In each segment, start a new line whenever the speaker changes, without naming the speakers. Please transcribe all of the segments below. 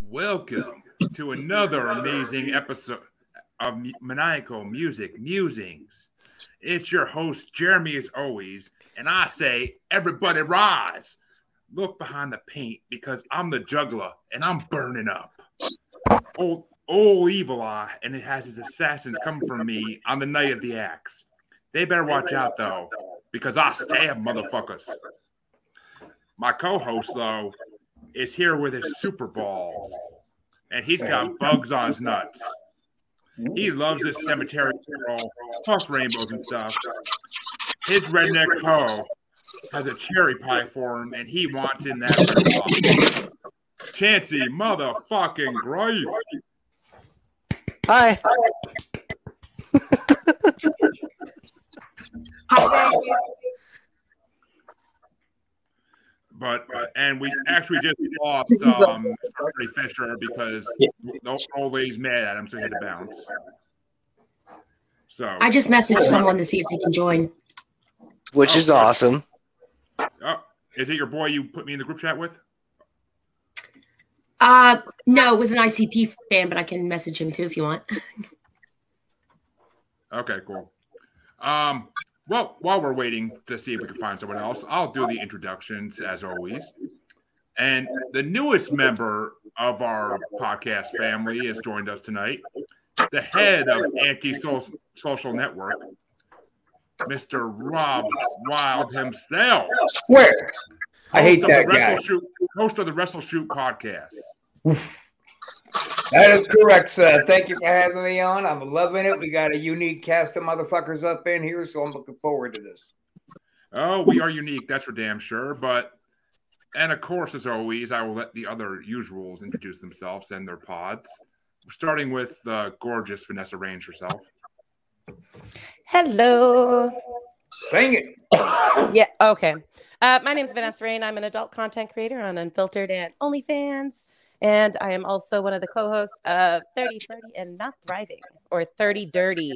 Welcome to another amazing episode of M- Maniacal Music Musings. It's your host, Jeremy, as always, and I say, everybody rise. Look behind the paint because I'm the juggler and I'm burning up. Old, old evil eye, and it has his assassins coming for me on the night of the axe. They better watch out, though, because I stab motherfuckers. My co host, though, is here with his Super Balls, and he's got bugs on his nuts. He loves this cemetery girl, puff rainbows and stuff. His redneck hoe has a cherry pie for him, and he wants in that red pie. Chancy, motherfucking grave.
Hi.
But uh, and we actually just lost um Bernie Fisher because the old lady's mad at him, so he had to bounce. So uh,
I just messaged someone to see if they can join.
Which is awesome.
oh, is it your boy you put me in the group chat with?
Uh, no, it was an ICP fan, but I can message him too if you want.
Okay, cool. Um, well, while we're waiting to see if we can find someone else, I'll do the introductions as always. And the newest member of our podcast family has joined us tonight. The head of Anti Social Network, Mr. Rob Wild himself.
Swear. I hate
host of
that
the Wrestle
guy.
Shoot, host of the Wrestle Shoot podcast.
That is correct, sir. Thank you for having me on. I'm loving it. We got a unique cast of motherfuckers up in here, so I'm looking forward to this.
Oh, we are unique, that's for damn sure. But and of course, as always, I will let the other usuals introduce themselves and their pods. Starting with uh, gorgeous Vanessa Range herself.
Hello.
Sing it.
Yeah. Okay. Uh, my name is Vanessa Rain. I'm an adult content creator on Unfiltered and OnlyFans. And I am also one of the co hosts of 30 30 and Not Thriving, or 30 Dirty,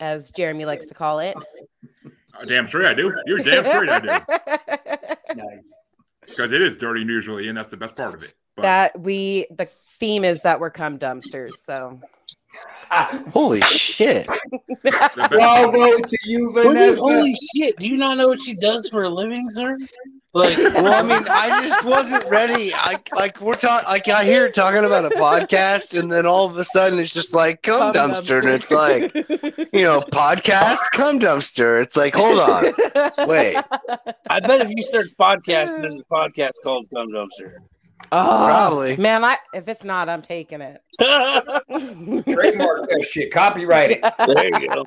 as Jeremy likes to call it.
Uh, damn straight I do. You're damn straight I do.
Nice.
Because it is dirty usually, and that's the best part of it. But
that we, the theme is that we're cum dumpsters. So,
Ah,
Holy shit.
the best-
bravo to you,
What is-
Vanessa.
holy shit! Do you not know what she does for a living, sir? Like,
Well, I mean, I just wasn't ready. I like we're talking like I hear talking about a podcast and then all of a sudden it's just like cum
Cum
dumpster and it's like, you know, podcast cum dumpster. It's like, hold on. Wait.
I bet if you search podcast, there's a podcast called Dumb Dumpster.
Ah.
Oh,
Probably.
Man, I, if it's not, I'm taking it.
Trademark that shit. Copyright it.
there you go.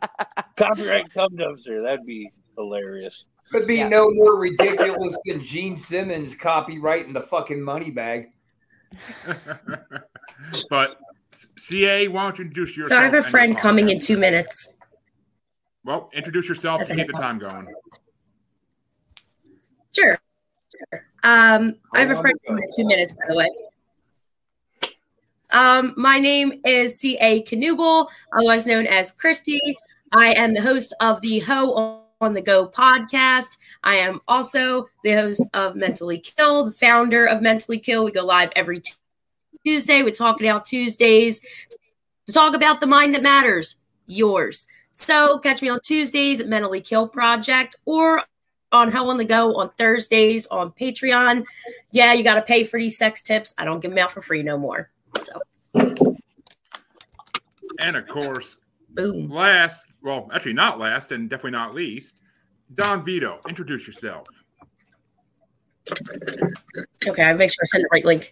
Copyright Dumb Dumpster. That'd be hilarious.
Could be
Yeah.
no more ridiculous than Gene Simmons copyrighting the fucking money bag.
but CA, why don't you introduce yourself?
So I have a
and your
friend
podcast.
coming in two minutes.
Well, introduce yourself and keep the time going.
Sure. Um, I have a friend coming in two minutes, by the way. Um, my name is C.A. Knuble, otherwise known as Christy. I am the host of the Ho on the Go podcast. I am also the host of Mentally Kill, the founder of Mentally Kill. We go live every Tu- Tuesday. We talk it out Tuesdays to talk about the mind that matters, yours. So catch me on Tuesdays at Mentally Kill Project or on How on the Go on Thursdays on Patreon. Yeah, you got to pay for these sex tips. I don't give them out for free no more.
And of course,
Boom.
last, well, actually not last, and definitely not least, Don Vito, introduce yourself.
Okay, I make sure I send the right link.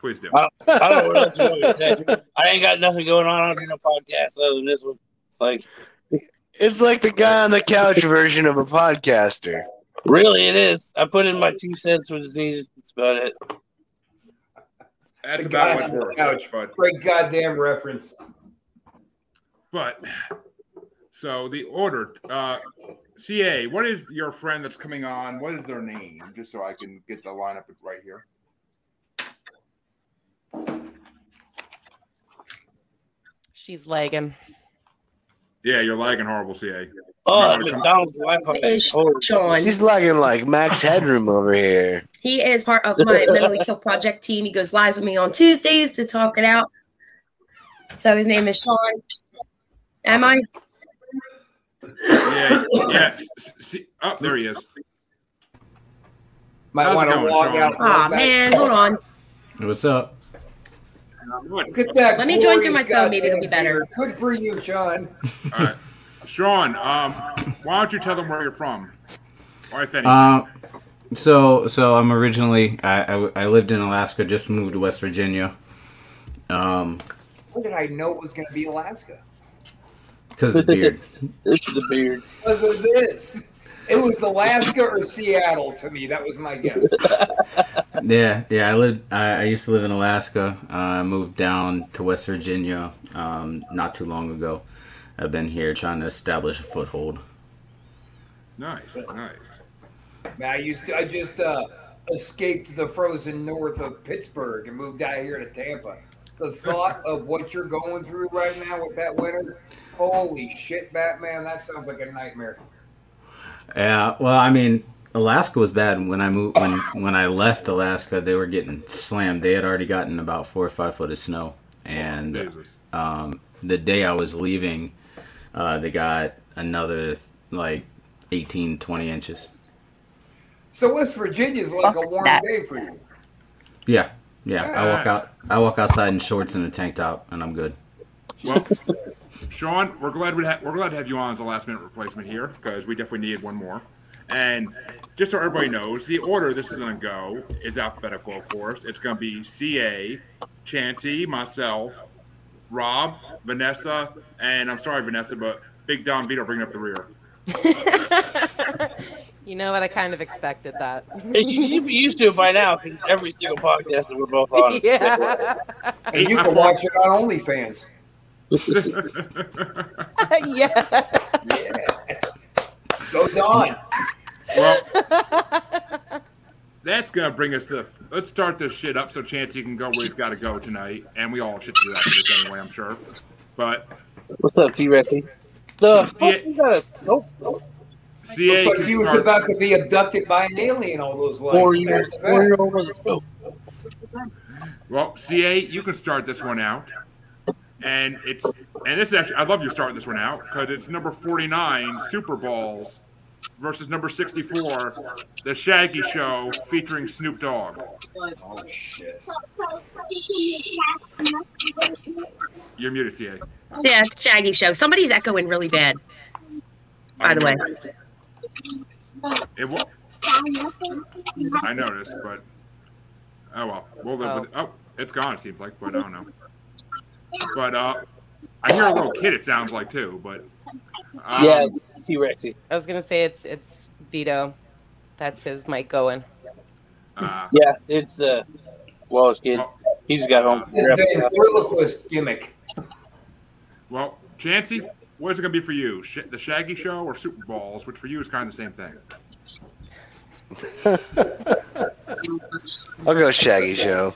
Please do.
Uh, I don't know what else you want me to say. I ain't got nothing going on. I don't do no podcast other than this one. Like,
It's like the guy on the couch version of a podcaster.
really, it is. I put in my two cents when it's needed. That's about it.
That's
The
about
guy
what's
on the
worth.
couch.
But,
Great goddamn reference.
but so the order, uh, CA, what is your friend that's coming on? What is their name? Just so I can get the lineup right here.
She's lagging.
Yeah, you're lagging horrible, CA.
Oh, that McDonald's Wi-Fi is
Is
horrible.
Sean.
She's lagging like Max Headroom over here.
He is part of my Mentally Kill Project team. He goes lives with me on Tuesdays to talk it out. So his name is Sean. Am I?
Yeah, yeah. S- See, oh, there he is. How's
Might
it
want to
going,
walk
Sean?
out.
Aw, man, hold on.
What's up?
Look at that.
Let me join through
glorious
my phone, maybe it'll be
goddamn
better.
beard. Good for you, Sean.
All right. Sean, um, why don't you tell them where you're from? Or if any.
Uh, so so I'm originally I, I, I lived in Alaska, just moved to West Virginia. Um,
When did I know it was going to be Alaska?
cause of the beard.
It's the beard.
Because of this. It was Alaska or Seattle to me. That was my guess.
Yeah, yeah. I lived. I, I used to live in Alaska. Uh, I moved down to West Virginia um, not too long ago. I've been here trying to establish a foothold.
nice, nice.
Man, I used to, I just uh, escaped the frozen north of Pittsburgh and moved out here to Tampa. The thought of what you're going through right now with that winter, holy shit, Batman, that sounds like a nightmare.
Yeah. Well, I mean, Alaska was bad when I moved. When when I left Alaska, they were getting slammed. They had already gotten about four or five foot of snow, and
Jesus.
um, the day I was leaving, uh, they got another like 18, 20 inches.
So West Virginia's like a warm
that.
day for you.
Yeah, yeah. I walk out. I walk outside in shorts and a tank top, and I'm good.
Well, Sean, we're glad we ha- we're glad to have you on as a last minute replacement here because we definitely need one more. And just so everybody knows, the order this is going to go is alphabetical, of course. It's going to be CA, Chanty, myself, Rob, Vanessa, and I'm sorry, Vanessa, but Big Don Vito bringing up the rear.
you know what? I kind of expected that.
It you should be used to it by now because every single podcast that we're both on.
yeah.
And you can watch it on OnlyFans.
yeah.
Go Don.
well, that's going to bring us to let's start this shit up so Chanty can go where he's got to go tonight. And we all should do that this anyway, I'm sure. But
What's up, T Rexy? The fuck you got a scope for?
CA.
Looks like
can
he was
start-
about to be abducted by an alien all those lives.
Four year four year old with a scope.
Well, CA, you can start this one out. And it's and this is actually I love you starting this one out because it's number forty nine Super Bowls versus number sixty four The Shaggy Show featuring Snoop Dogg.
Oh, shit.
You're muted, CA.
Yeah, it's Shaggy Show. Somebody's echoing really bad. By the way.
It wa- I noticed, but oh well, we'll live
Oh.
with it. Oh, it's gone. It seems like, but I don't know. But uh, I hear a little kid. It sounds like too, but um,
yeah, T Rexy.
I was gonna say it's it's Vito. That's his mic going.
uh,
Yeah, it's uh Wallace kid. He's got home.
This
uh,
ventriloquist gimmick.
Well, Chancey, what is it going to be for you? Sh- the Shaggy Show or Super Bowls, which for you is kind of the same thing.
I'll go Shaggy Show.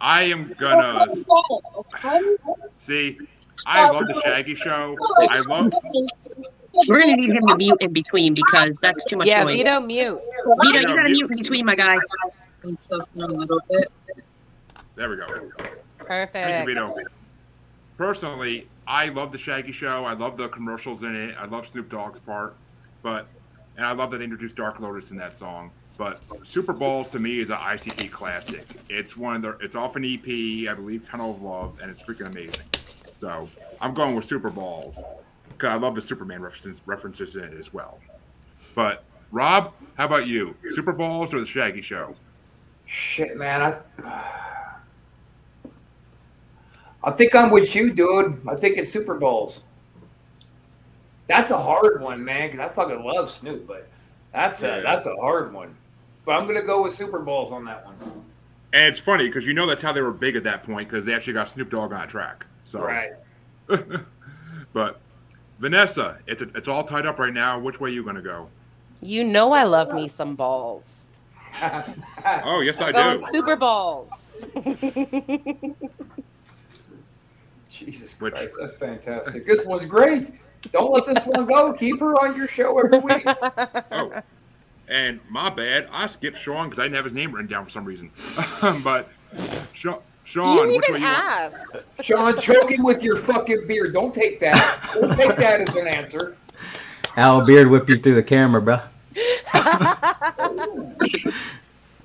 I am gonna see. I love the Shaggy Show. I love.
We're gonna need him to mute in between because that's too much
yeah,
noise.
Vito mute.
Vito, you gotta mute in between, my guy.
There we go. Thank
Perfect.
you, Vito. Personally, I love the Shaggy Show. I love the commercials in it. I love Snoop Dogg's part, but and I love that they introduced Dark Lotus in that song. But Super Bowls to me is an ICP classic. It's one of the. It's off an EP, I believe, Tunnel of Love, and it's freaking amazing. So I'm going with Super Bowls 'cause I love the Superman references references in it as well. But Rob, how about you? Super Bowls or the Shaggy Show?
Shit, man. I, I think I'm with you, dude. I think it's Super Bowls. That's a hard one, man, because I fucking love Snoop, but that's a
Yeah.
that's a hard one. But I'm gonna go with Super Bowls on that one.
And it's funny because you know that's how they were big at that point because they actually got Snoop Dogg on a track. So,
Right.
but Vanessa, it's it's all tied up right now. Which way you gonna go?
You know I love me some balls.
Oh, yes, I
Going
do.
Super Balls.
Jesus
Which-
Christ, that's fantastic. This one's great. Don't let this one go. Keep her on your show every week.
Oh, and my bad. I skipped Sean because I didn't have his name written down for some reason. but Sha- Sean,
you
which way
even
you want?
asked.
Sean, choke him with your fucking beard. Don't take that. Don't take that as an answer.
Al Beard whipped you through the camera, bro.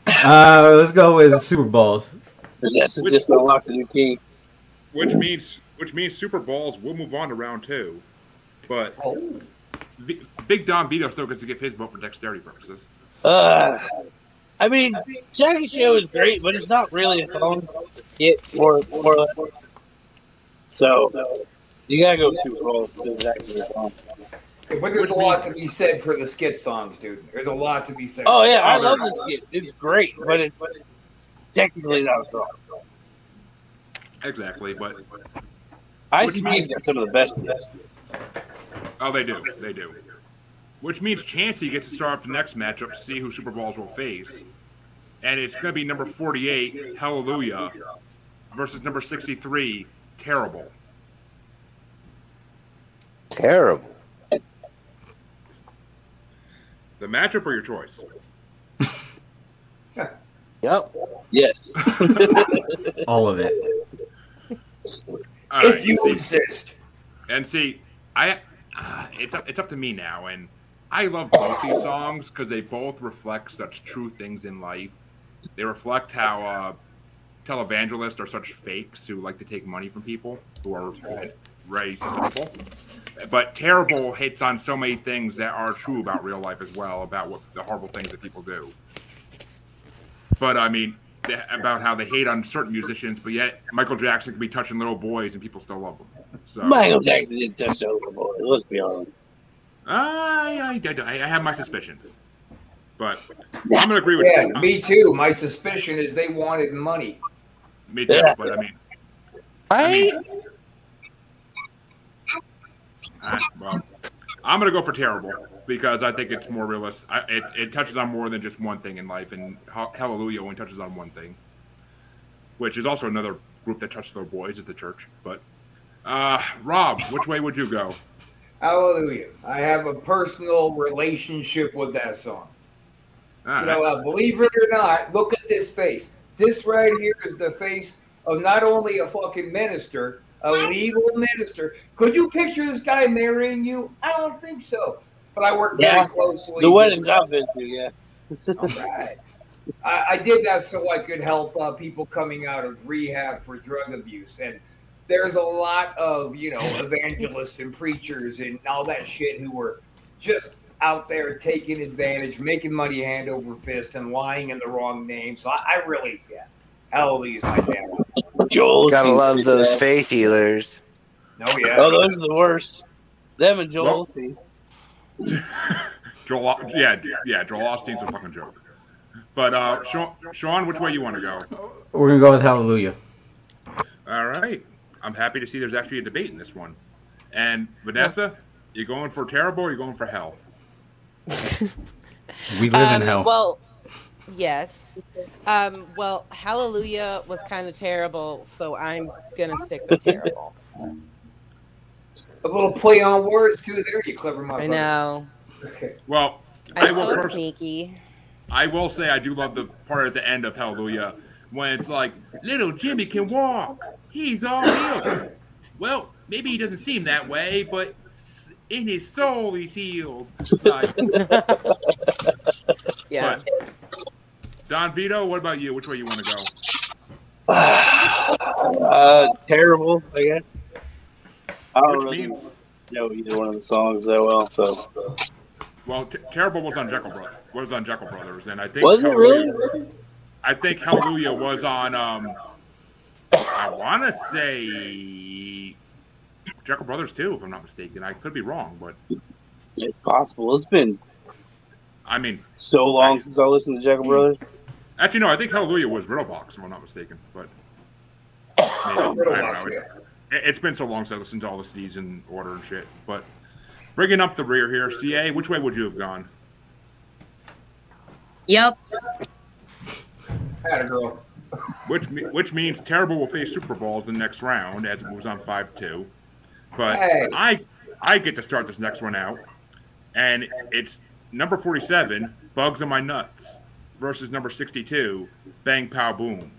uh, let's go with Super Bowls.
Yes, it's just unlocked the new key.
Which means which means Super Bowls will move on to round two. But
Oh,
V- Big Don Vito still gets to give his vote for dexterity purposes.
Uh, I mean, Jackie Show is great, but it's not really a song. It's a skit or more. like- So you gotta go Super Bowls because it's actually a song.
But there's a lot to be said for the skit songs, dude. There's a lot to be said.
Oh yeah, I love this skit. It's great, but it's technically not a song.
Exactly, but
Ice Cube got some of the best. of this.
oh, they do, they do. Which means Chansey gets to start up the next matchup to see who Super Bowls will face, and it's going to be number forty-eight, Hallelujah, versus number sixty-three, Terrible.
Terrible.
The matchup or your choice?
Yep.
Yes.
All of it.
All
If
right,
you
see-
insist.
and see, I uh, it's up, it's up to me now, and I love both these songs because they both reflect such true things in life. They reflect how uh, televangelists are such fakes who like to take money from people who are raised simple. But terrible hits on so many things that are true about real life as well, about what the horrible things that people do. But I mean, th- about how they hate on certain musicians, but yet Michael Jackson can be touching little boys and people still love him. So
Michael Jackson didn't touch the overboard. Let's be honest.
I, I, I, I have my suspicions, but I'm gonna agree with
Yeah,
you.
me too. My suspicion is they wanted money.
Me too.
Yeah.
But I mean,
I
I, well, I'm gonna go for terrible because I think it's more realistic. I, it, it touches on more than just one thing in life, and Ha- Hallelujah only touches on one thing, which is also another group that touches their boys at the church. But uh, Rob, which way would you go?
Hallelujah. I have a personal relationship with that song.
All right.
You know, uh, believe it or not, look at this face. This right here is the face of not only a fucking minister, a legal minister. Could you picture this guy marrying you? I don't think so. But I work very
Yeah.
closely. Oh,
The
with-
weddings I've been to, yeah.
All right. I, I did that so I could help uh, people coming out of rehab for drug abuse. And there's a lot of, you know, evangelists and preachers and all that shit who were just out there taking advantage, making money hand over fist and lying in the wrong name. So I, I really, yeah, hallelujah is my dad.
Joel.
gotta love those faith healers.
No, yeah.
Oh, those are the worst. Them and Joel
Well-
Osteen.
Joel, Au- yeah, yeah, Joel Osteen's a fucking joke. But uh, Sean, Sean, which way you want to go?
We're gonna go with Hallelujah.
All right. I'm happy to see there's actually a debate in this one. And Vanessa, you going for terrible or you going for hell?
We live in
Um,
hell.
Well, yes. Um, well, Hallelujah was kind of terrible, so I'm gonna stick with terrible.
A little play on words, too. There you clever motherfucker.
I know.
Okay.
Well, I
I'm
will,
so
pers-
sneaky.
I will say I do love the part at the end of Hallelujah when it's like, little Jimmy can walk. He's all healed. well, maybe he doesn't seem that way, but s- in his soul, he's healed. Like,
Yeah.
but- Don Vito, what about you? Which way you want to go?
uh, terrible, I guess. I don't
Which
really
means-
know either one of the songs that well. So
Well, t- terrible was on Jekyll Brothers. Was on Jekyll Brothers, and I think
was it
Hallelujah-
really?
I think Hallelujah was on. Um, I want to say Jekyll Brothers too, if I'm not mistaken. I could be wrong, but
It's possible. It's been
I mean,
so long since I listened to Jekyll Brothers.
actually, no. I think Hallelujah was Riddle Box, if I'm not mistaken. But maybe,
Oh,
I don't
Riddle
know.
box, yeah.
It, it's been so long since I listened to all the CDs in order and shit. But bringing up the rear here, CA, which way would you have gone?
Yep.
Had a girl.
which me- which means Terrible will face Super Bowls in the next round as it moves on five two. But
Hey.
I I get to start this next one out, and it's number forty seven Bugs on My Nuts versus number sixty two Bang Pow Boom,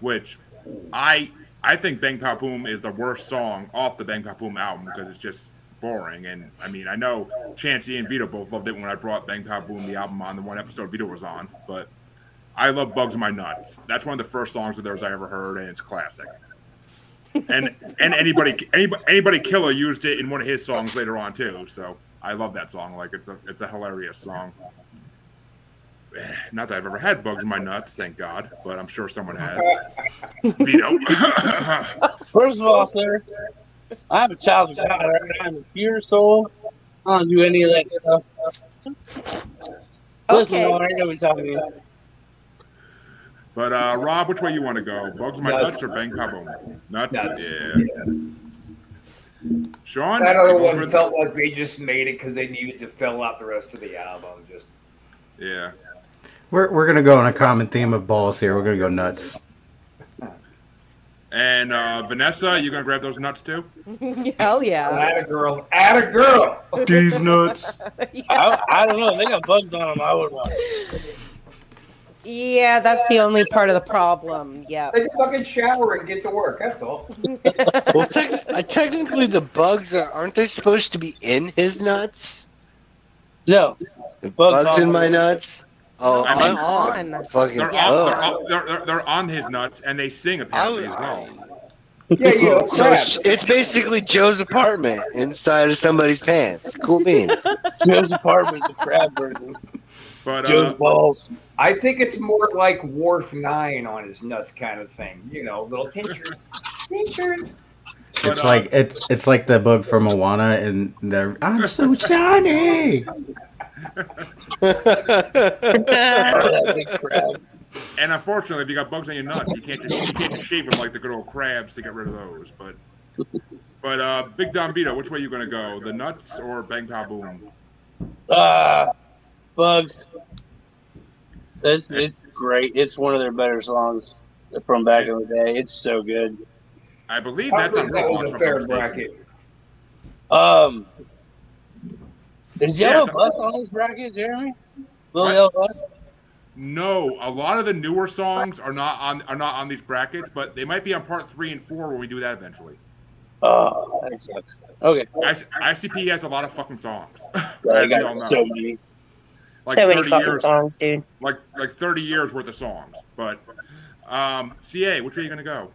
which I I think Bang Pow Boom is the worst song off the Bang Pow Boom album because it's just boring. And I mean I know Chancey and Vito both loved it when I brought Bang Pow Boom the album on the one episode Vito was on, but. I love Bugs in My Nuts. That's one of the first songs of theirs I ever heard, and it's classic. And and anybody anybody anybody killer used it in one of his songs later on too. So I love that song. Like it's a it's a hilarious song. Eh, Not that I've ever had bugs in my nuts, thank God, but I'm sure someone has. Vito.
First of all, sir, I'm a child of God. all right? I'm a pure soul. I don't do any of that stuff. Listen,
Okay.
all right, I know what you're talking about.
but uh, Rob, which way you want to go? Bugs in my nuts,
Nuts.
or bang kaboom? Nuts.
Nuts.
Yeah. Sean.
That other
you go
one
for-
felt like they just made it because they needed to fill out the rest of the album. Just
Yeah.
We're, we're gonna go on a common theme of balls here. We're gonna go nuts.
And uh, Vanessa, you gonna grab those nuts too?
Hell yeah.
add a girl, add a girl.
These nuts.
yeah.
I, I don't know. They got bugs on them. I would want.
Yeah, that's the only part of the problem. Yeah.
They just fucking shower and get to work. That's all.
Well, tec- uh, technically, the bugs are, aren't they supposed to be in his nuts?
No.
The
Bugs
bugs,
on.
in my nuts. Oh,
I mean-
I'm on.
On.
Fucking
They're,
Yeah.
on, they're,
bug.
on, they're, they're, they're on his nuts, and they sing apparently as well.
I'm-
Yeah, you know,
Cool. So it's, it's basically Joe's apartment inside of somebody's pants. Cool beans.
Joe's apartment, the crab birds, and
But
Joe's
uh,
balls.
I think it's more like Wharf Nine on his nuts kind of thing. You know, little pictures, pictures.
but,
It's
uh,
like it's it's like the bug from Moana and the I'm so shiny.
Oh, that big crab.
and unfortunately, if you got bugs on your nuts, you can't just you can't just shave them like the good old crabs to get rid of those. But but uh, Big Don Vito, which way you gonna go? The nuts or Bang Pow Boom?
Ah, bugs. It's it's great. It's one of their better songs from back in the day. It's so good.
I believe
I
that's on
think that
Raw.
was
if
a
I'm
fair
not mistaken.
bracket.
Um, is Yellow
Yeah.
Bus on this bracket, Jeremy? Little
What?
Yellow Bus.
No, a lot of the newer songs are not on are not on these brackets, but they might be on part three and four when we do that eventually.
Uh,
Oh, that sucks. Okay,
I, ICP has a lot of fucking songs.
I
As we all
got so
know.
many.
Like
so many
30
fucking
years-
songs, dude.
like like 30 years worth of songs. But um, CA, which way are you gonna go?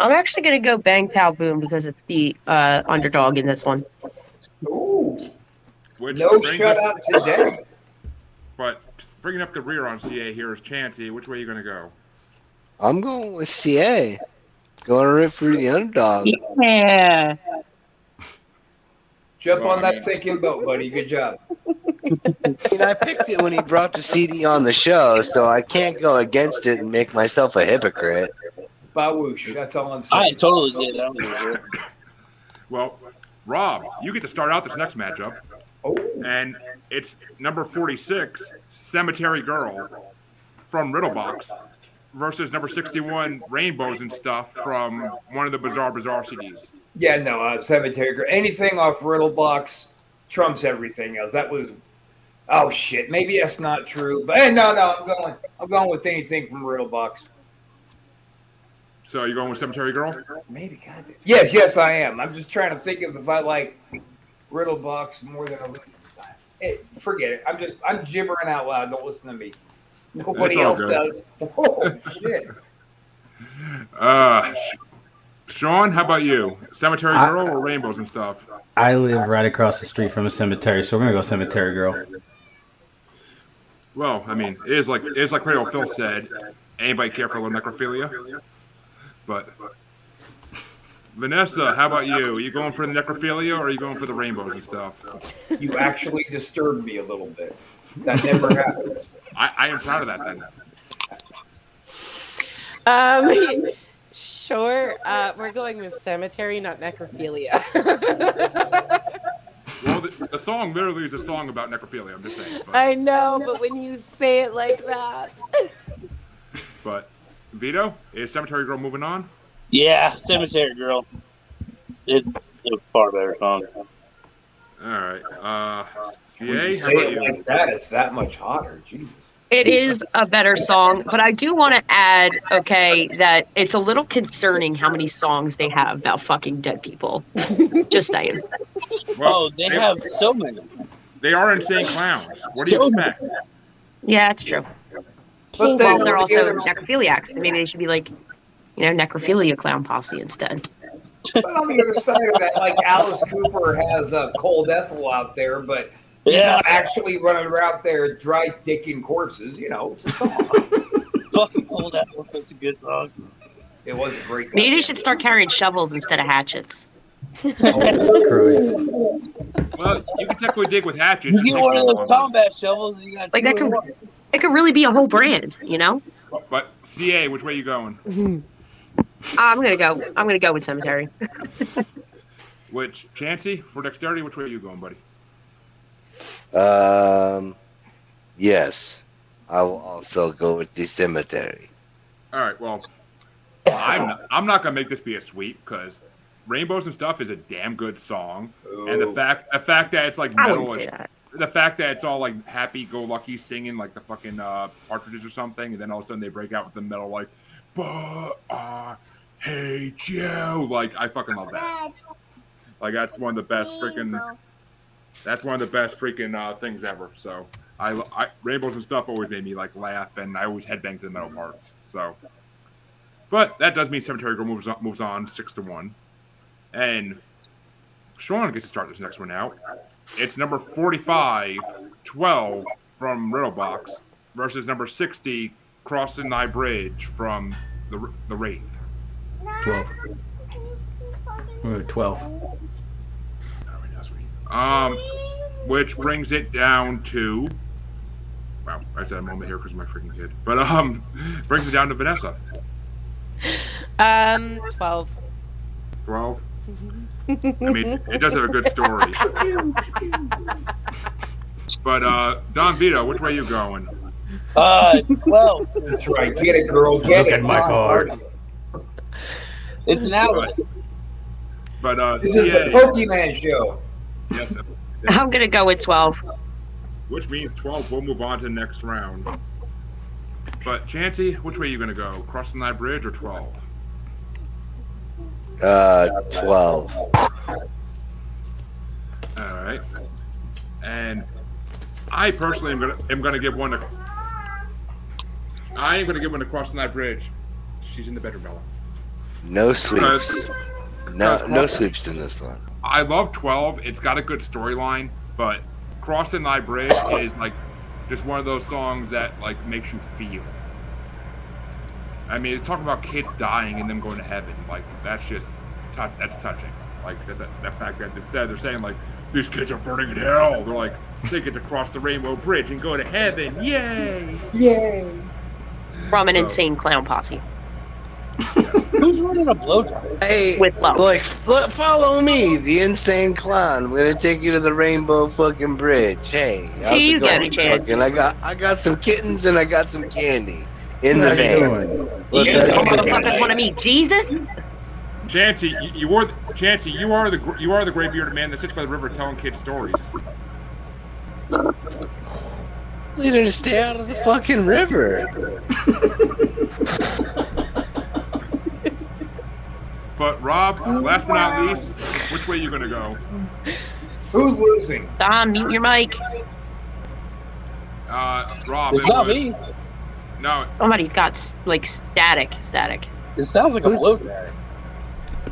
I'm actually gonna go Bang Pow Boom because it's the uh, underdog in this one.
Ooh,
Which
no
brings
shut
us-
up today.
But bringing up the rear on CA here is Chanty. Which way are you gonna go?
I'm going with CA. Going to rip through the underdog.
Yeah.
Jump
Well,
on
I
that
mean-
sinking boat, buddy. Good job.
I mean, I picked it when he brought the CD on the show, so I can't go against it and make myself a hypocrite.
Bawoosh. That's all I'm
I
saying.
totally did. I don't give a shit.
Well, Rob, you get to start out this next matchup,
Oh,
and it's number 46, Cemetery Girl, from Riddlebox, versus number 61, Rainbows and Stuff from one of the Bizarre Bizarre CDs.
yeah, no, uh, Cemetery Girl. Anything off Riddle Box trumps everything else. That was. Oh shit, maybe that's not true. But hey, no, no, I'm going. I'm going with anything from Riddle Box.
So you're going with Cemetery Girl?
Maybe God. damn- Yes, yes, I am. I'm just trying to think of if I like Riddle Box more than I it, forget it. I'm just I'm gibbering out loud. Don't listen to me. Nobody
all
else
good.
does. Oh shit.
Uh, Sh- Sean, how about you? Cemetery
I-
Girl or Rainbows and Stuff?
I live right across the street from a cemetery, so we're gonna go cemetery girl.
Well, I mean, it is like it is like Cradle Phil said. Anybody care for a little necrophilia? But Vanessa, how about you? Are you going for the necrophilia or are you going for the rainbows and stuff?
You actually disturbed me a little bit. That never happens.
I, I am proud of that then.
Um, sure. Uh, we're going with cemetery, not necrophilia.
Well, the, the song literally is a song about necrophilia. I'm just saying. but-
I know, but when you say it like that,
But Vito, is Cemetery Girl moving on?
Yeah, Cemetery Girl. It's a far better song.
All right. Uh,
When
CA, how
you say
about
it
you?
like that, it's that much hotter. Jesus.
It is a better song, but I do want to add, okay, that it's a little concerning how many songs they have about fucking dead people. Just saying.
Well,
Oh, they
they-
have so many.
they are insane clowns. What do you
So-
expect?
Yeah, it's true.
But
Well,
they-
they're also
they're-
necrophiliacs. Maybe they should be like, you know, necrophilia clown posse instead.
But on the other side of that, like Alice Cooper has uh, Cold Ethel out there, but he's
Yeah,
not actually running around there dry dicking corpses. You know, it's a song.
fucking old that one. Such a good song.
it was a great.
Maybe they should start carrying shovels instead of hatchets.
Christ.
Well, you can technically dig with hatchets.
You
and
get
make
one
them
of those
longer.
combat shovels, and you got
Like,
two
that
in
could-
one.
It could really be a whole brand, you know?
But CA, which way you going?
I'm gonna go. I'm gonna go with cemetery.
Which Chancy for dexterity? Which way are you going, buddy?
Um, yes, I will also go with the cemetery.
All right. Well, I'm not, I'm not gonna make this be a sweep because Rainbows and Stuff is a damn good song, and the fact the fact that it's like
I wouldn't
metal,
say
is,
that.
the fact that it's all like happy go lucky singing like the fucking uh, Partridges or something, and then all of a sudden they break out with the metal like, but I hate you. Like I fucking love that. Like that's one of the best freaking. That's one of the best freaking uh, things ever. So I, I rainbows and stuff always made me like laugh, and I always headbang to the metal parts. So, but that does mean Cemetery Girl moves on, moves on six to one, and Sean gets to start this next one out. It's number 45, 12 from Riddlebox versus number sixty, Crossing Thy Bridge from the the Wraith.
12. Ooh, 12.
Um, which brings it down to. Wow, I said a moment here because my freaking kid. But um, brings it down to Vanessa.
Um, 12.
Twelve. I mean, it does have a good story. But uh, Don Vito, which way you going?
Uh, well,
That's right. Get it, girl. Get
Look
it.
at my card.
it's an hour.
But uh,
This is
CA,
the Pokemon show.
yes,
I'm gonna go with twelve.
which means twelve. We'll move on to the next round. But Chanty, which way you gonna go? Crossing that bridge or twelve?
Uh, twelve.
All right. And I personally am gonna am gonna give one to. I am gonna give one to crossing that bridge. She's in the bedroom, Bella.
No sweeps. No,
Because-
no sweeps in this one.
I love twelve. It's got a good storyline, but crossing thy bridge is like just one of those songs that like makes you feel. I mean, it's talking about kids dying and them going to heaven. Like that's just tou- that's touching. Like that, that, that fact that instead they're saying like these kids are burning in hell. They're like they get to cross the rainbow bridge and go to heaven. Yay!
From an
So-
insane clown posse
Who's running a blowjob?
Hey,
with love.
like fo- follow me, the insane clown. I'm gonna take you to the rainbow fucking bridge. Hey, how's
you
it going?
got it, Chad.
Fucking, I got, I got some kittens and I got some candy in the
How you
van.
doing?
Look
You
at that.
motherfuckers want to meet Jesus?
Chansey, you, you are the, Chansey, you are the gr- you are the gray bearded man that sits by the river telling kids stories.
Lead her to stay out of the fucking river.
But Rob, last but not least, which way you gonna go?
Who's losing?
Don, mute your mic.
Uh, Rob,
It's
it
not
was-
me.
No,
Somebody's got like static, static.
It sounds like a
Who's-
blowjob.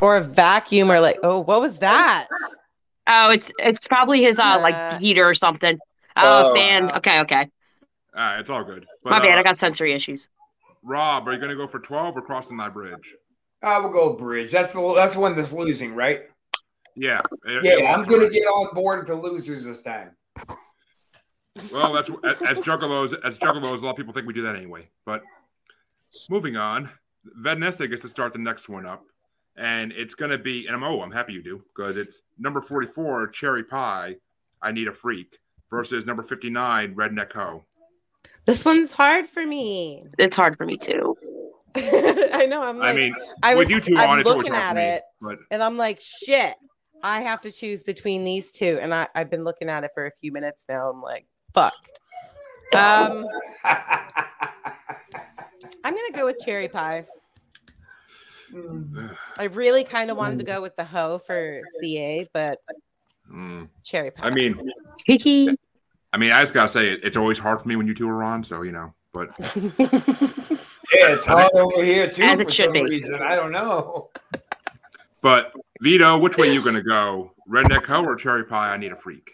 Or a vacuum, or like, oh, what was that?
Oh, it's it's probably his uh
Uh,
like heater or something. Oh,
Oh.
man. Okay, okay.
uh, it's all good. But,
My bad.
uh,
I got sensory issues.
Rob, are you gonna go for twelve or crossing that bridge?
I will go bridge. That's the that's the one that's losing, right?
Yeah. it- it
Yeah, I'm
was
gonna
correct.
get on board with the losers this time.
Well, that's as, as juggalos. As juggalos, a lot of people think we do that anyway. But moving on, Vanessa gets to start the next one up, and it's gonna be. And I'm oh, I'm happy you do because it's number forty-four, Cherry Pie. I need a freak versus number fifty-nine, Redneck Ho.
This one's hard for me.
It's hard for me too.
I know. I'm like,
I mean,
I
with
was
you two
I'm
on, it's always
looking
hard
at
for me,
it,
But
and I'm like, shit, I have to choose between these two. And I, I've been looking at it for a few minutes now. I'm like, fuck. Um, I'm gonna go with cherry pie. I really kind of wanted to go with the hoe for CA, but
mm,
cherry pie.
I mean,
Hee
I mean, I just gotta say, it, it's always hard for me when you two are on. So you know, but
Yeah, it's hot over here too.
As it
for
should
some
be.
Reason. I don't know.
but Vito, which way you gonna go? Redneck hoe or cherry pie? I need a freak.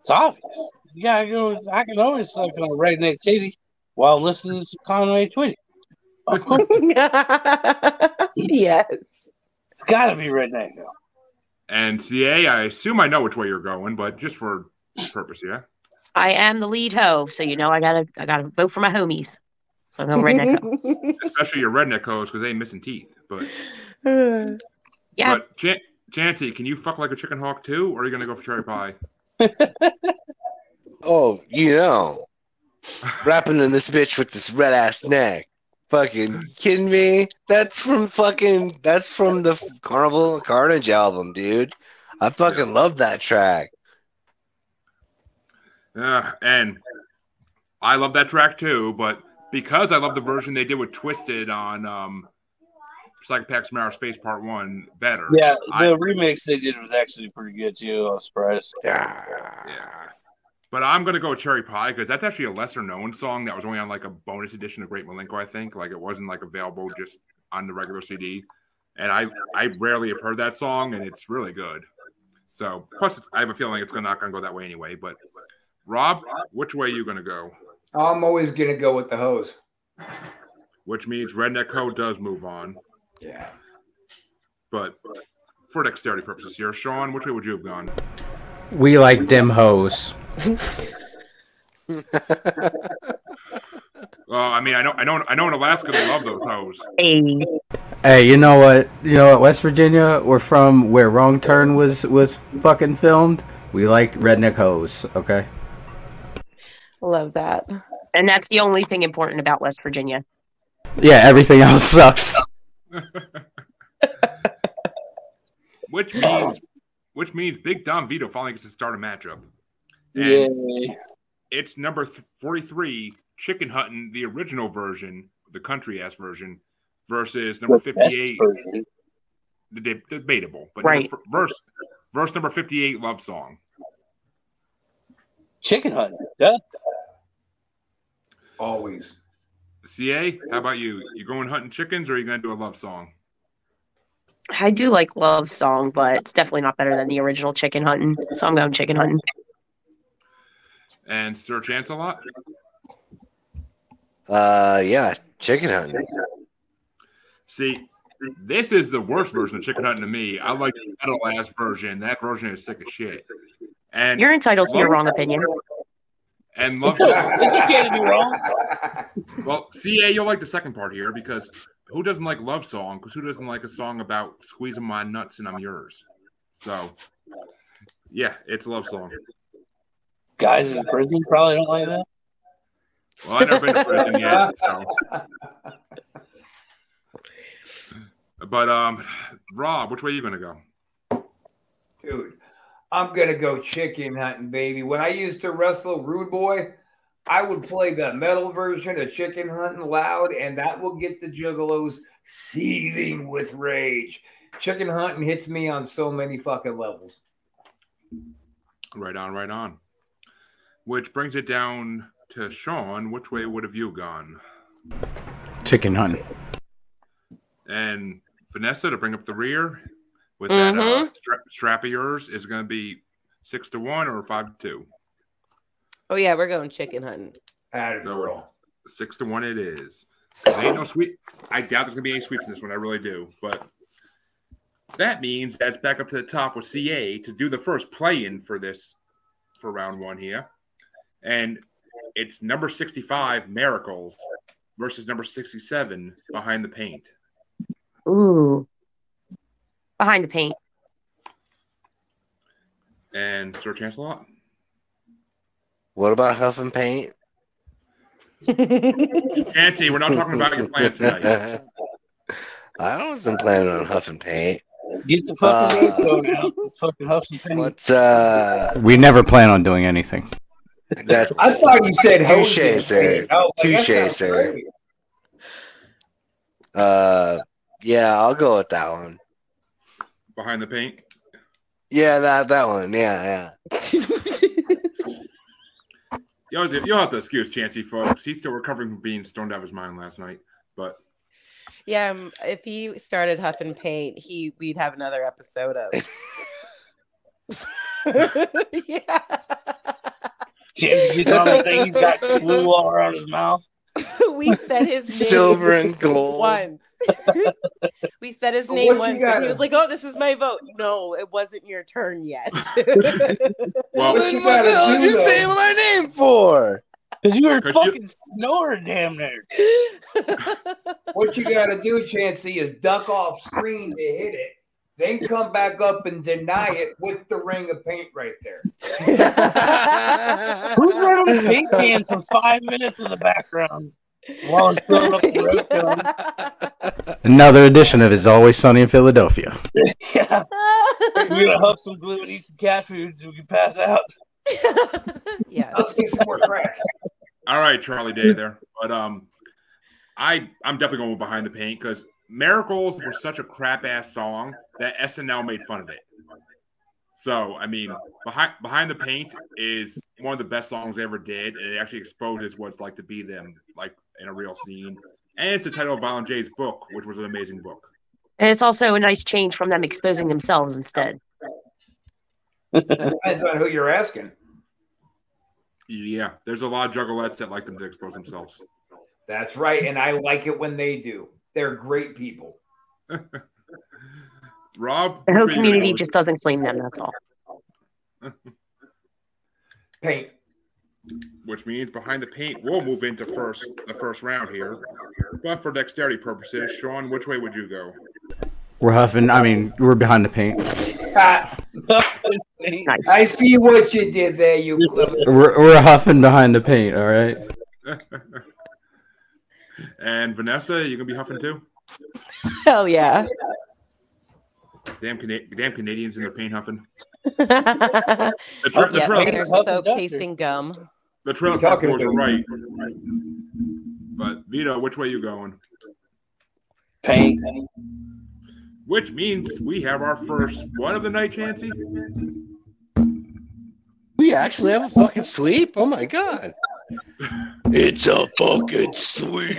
It's obvious. Oh, You gotta go. With, I can always suck on redneck titty while listening to some Conway Twitty. Of course,
yes.
it's gotta be redneck. Though.
And CA, I assume I know which way you're going, but just for purpose, yeah.
I am the lead hoe, so you know I gotta I gotta vote for my homies. So I'm going redneck. hoe.
Especially your redneck hoes because they ain't missing teeth. But
Yeah.
but Jan- Janty, can you fuck like a chicken hawk too, or are you gonna go for cherry pie?
Oh, you know, rapping in this bitch with this red ass neck. Fucking kidding me? That's from fucking. That's from the Carnival Carnage album, dude. I fucking love that track.
Uh, and I love that track too, but because I love the version they did with Twisted on um, Psychopaths from Outer Space Part One better.
Yeah,
I-
the remix they did was actually pretty good too. I was surprised.
Yeah.
Yeah. But I'm gonna go with Cherry Pie because that's actually a lesser known song that was only on like a bonus edition of Great Malenko, I think. Like it wasn't like available just on the regular CD. And I I rarely have heard that song, and it's really good. So plus, it's, I have a feeling it's not gonna go that way anyway. But Rob, which way are you gonna go?
I'm always gonna go with the hose.
Which means Redneck Ho does move on.
Yeah.
But for dexterity purposes here, Sean, which way would you have gone?
We like them hoes.
Well, I mean, I know, I know, I know in Alaska they love those hoes.
Hey.
Hey, you know what? You know what? West Virginia, we're from where Wrong Turn was was fucking filmed. We like redneck hoes. Okay.
Love that.
And that's the only thing important about West Virginia.
Yeah, everything else sucks.
Which means, which means Big Dom Vito finally gets to start a matchup. And
Yeah,
it's number th- 43, Chicken Hutton, the original version, the country ass version, versus number
the best
58,
version.
the de- debatable, but
Right.
number f- verse, verse number 58, Love Song.
Chicken Hunt. Duh.
Always.
CA, how about you? You going hunting chickens or are you going to do a love song?
I do like Love Song, but it's definitely not better than the original Chicken Hunting. So I'm going Chicken Hunting.
And Sir Chancelot?
Uh, yeah. Chicken hunting.
See, this is the worst version of chicken hunting to me. I like the metal ass version. That version is sick as shit. And
You're entitled to your wrong opinion.
and love
It's,
song.
it's okay to be wrong.
Well, CA, you'll like the second part here because who doesn't like love song? Because who doesn't like a song about squeezing my nuts and I'm yours? So, yeah, it's a love song.
Guys in prison probably don't like that.
Well, I've never been to prison yet, so. But um, Rob, which way are you gonna go?
Dude, I'm gonna go chicken hunting, baby. When I used to wrestle Rude Boy, I would play the metal version of Chicken Hunting loud, and that will get the juggalos seething with rage. Chicken hunting hits me on so many fucking levels.
Right on, right on. Which brings it down to Sean. Which way would have you gone?
Chicken hunt.
And Vanessa to bring up the rear with that uh,
Mhm.
stra- strap of yours is going to be six to one or five to two.
Oh yeah, we're going chicken hunting.
Atta girl.
Six to one, it is. There ain't no sweep. I doubt there's going to be any sweeps in this one. I really do. But that means that's back up to the top with CA to do the first play in for this for round one here. And it's number 65, Miracles, versus number 67, Behind the Paint.
Ooh. Behind the paint.
And Sir Chancelot.
What about Huff and Paint?
Anthony, we're not talking about your plans tonight.
I wasn't planning on Huff and Paint.
Get the fucking
Uh,
info now. Fucking Huffs and Paint.
What's uh?
We never plan on doing anything.
That
I thought you said
Touche,
Jose.
sir.
Oh, like, that
Touche,
sounds
sir.
great.
uh? Yeah, I'll go with that one.
Behind the paint.
Yeah, that that one. Yeah, yeah.
Y'all, do- y'all have to excuse Chancey, folks. He's still recovering from being stoned out of his mind last night. But
yeah, um, if he started Huff and Paint, he we'd have another episode of. yeah.
James gets on the thing. He's got glue all around his mouth.
we said his name
Silver and gold.
once. we said his
But
name
what
once,
you
and
gotta-
he was like, "Oh, this is my vote." No, it wasn't your turn yet.
well,
What you
Then what the
gotta
hell did
do,
you
though?
say my name for?
Because you were
Could you-
fucking snoring damn near.
What you got to do, Chancey, is duck off screen to hit it, then come back up and deny it with the ring of paint right there.
Who's running a paint can for five minutes in the background while it's filling up the road film?
Another edition of It's Always Sunny in Philadelphia.
Yeah, we're gonna huff some glue and eat some cat foods so we can pass out.
yeah.
Let's get some more crack.
all right, Charlie Day there. But um, I I'm definitely going with behind the paint because Miracles was such a crap ass song that SNL made fun of it. So I mean, behind behind the paint is one of the best songs they ever did, and it actually exposes what it's like to be them, like in a real scene. And it's the title of Violent J's book, which was an amazing book.
And it's also a nice change from them exposing themselves instead.
Depends on who you're asking.
Yeah, there's a lot of juggalettes that like them to expose themselves.
That's right. And I like it when they do. They're great people.
Rob, which way
The whole
you gonna
community
go?
just doesn't claim them. That's all.
Paint.
which means behind the paint we'll move into first the first round here. But for dexterity purposes, Sean, which way would you go?
We're huffing. I mean, we're behind the paint.
Ah,
Nice.
I see what you did there, you clueless.
We're, we're huffing behind the paint. All right.
And Vanessa, you gonna be huffing too?
Hell yeah.
Damn, Cana- damn Canadians and their paint huffing.
yeah,
The, tra- the,
they're
trail,
their
Huff and
soap
Duster.
tasting gum.
the trailer
You're talking
park boys
to
are
me.
right. But Vito, which way you going?
Paint.
Which means we have our first one of the night, Chancy.
We actually have a fucking sweep. Oh my god! It's a fucking sweep.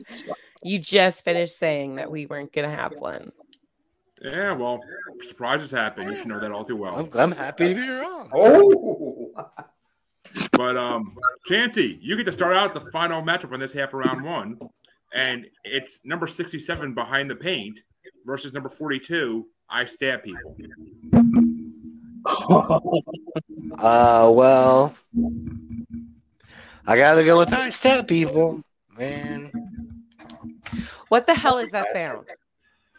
shut
you just finished saying that we weren't gonna have one.
Yeah, well, surprises happen. You should know that all too well.
I'm, I'm happy to be wrong.
Oh,
But um, Chansey, you get to start out the final matchup on this half of round one, and it's number sixty-seven behind the paint versus number forty-two. I stab people.
Uh, well, I gotta go with I stab people, man.
What the hell is that sound?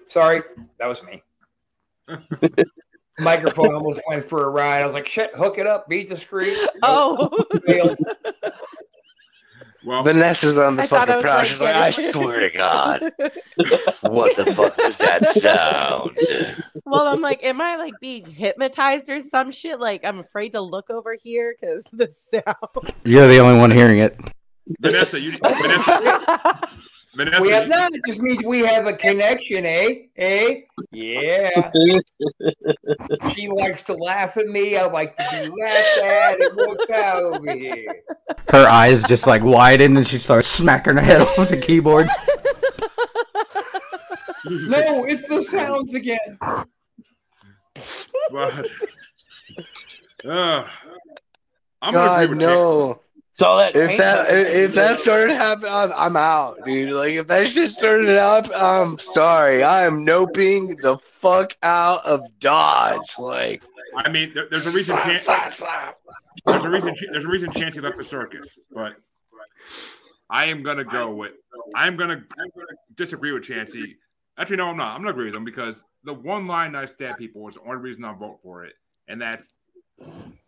sorry. That was me. Microphone almost went for a ride. I was like, shit, hook it up, be discreet.
Oh,
Failed.
Well,
Vanessa's on the
I thought I
fucking
was,
prowl.
like,
She's like, I
getting-
swear to God, what the fuck is that sound?
well, I'm like, am I like being hypnotized or some shit? Like, I'm afraid to look over here because the
You're the only one hearing it.
Vanessa, you Vanessa,
sound.
Vanessa,
we have
you-
none. It just means we have a connection, eh? Eh? Yeah. She likes to laugh at me. I like to be laughed at. It works out over here.
Her eyes just like widen, and she starts smacking her head off the keyboard.
No, it's the sounds again.
but- Ugh. I'm gonna agree
God
with
no!
So that
If
paint
that if, if that started happening, I'm, I'm out, dude. Like if that shit started up, I'm sorry. I am noping the fuck out of Dodge. Like
Chansey. I mean, there- there's a reason.
slap,
Chan-
slap, slap.
there's a reason. There's a reason Chansey left the circus. But I am gonna go with. I'm gonna disagree with Chansey. Actually, no, I'm not. I'm gonna agree with him because the one line I stab people is the only reason I vote for it. and that's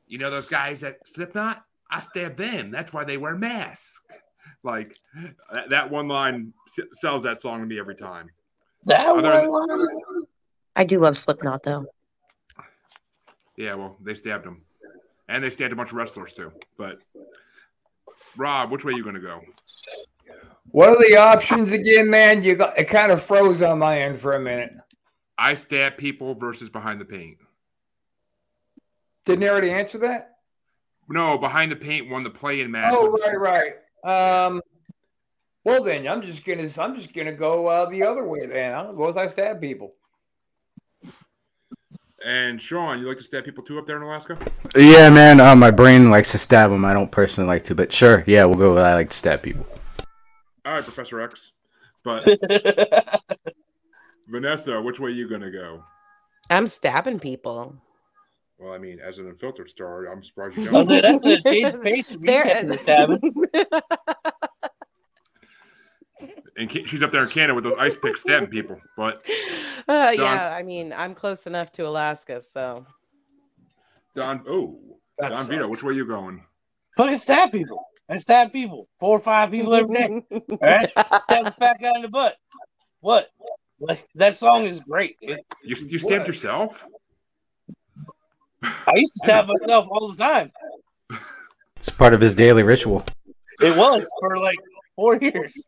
you know those guys at Slipknot. I stabbed them. That's why they wear masks. Like that, that one line s- sells that song to me every time.
That
Other-
one.
I do love Slipknot though.
Yeah, well, they stabbed him, and they stabbed a bunch of wrestlers too. But Rob, which way you going to go?
What are the options again, man? You got it. Kind of froze on my end for a minute.
I stab people versus behind the paint.
Didn't you already answer that?
No, behind the paint won the play-in match.
Oh, right, right. Um, well, then I'm just gonna I'm just gonna go uh, the other way. Then I'll go as I stab people.
And Sean, you like to stab people too up there in Alaska?
Yeah, man. Uh, my brain likes to stab them. I don't personally like to, but sure. Yeah, we'll go. With I like to stab people.
All right, Professor X. But Vanessa, which way you going to go?
I'm stabbing people.
Well, I mean, as an unfiltered star, I'm surprised you
Oh,
don't.
dude, that's a change pace. We
There-
kept it stabbing.
and Ca- she's up there in Canada with those ice picks stabbing people. But
Uh, yeah, I mean, I'm close enough to Alaska, so
Don, oh,
That
Don
sucks.
Vito, which way you going?
Fucking stab people. I stab people. Four or five people every day. All right, stab the fat guy in the butt. What? Like that song is great. dude.
You, you stabbed
What?
yourself?
I used to stab myself all the time.
It's part of his daily ritual.
It was for like four years.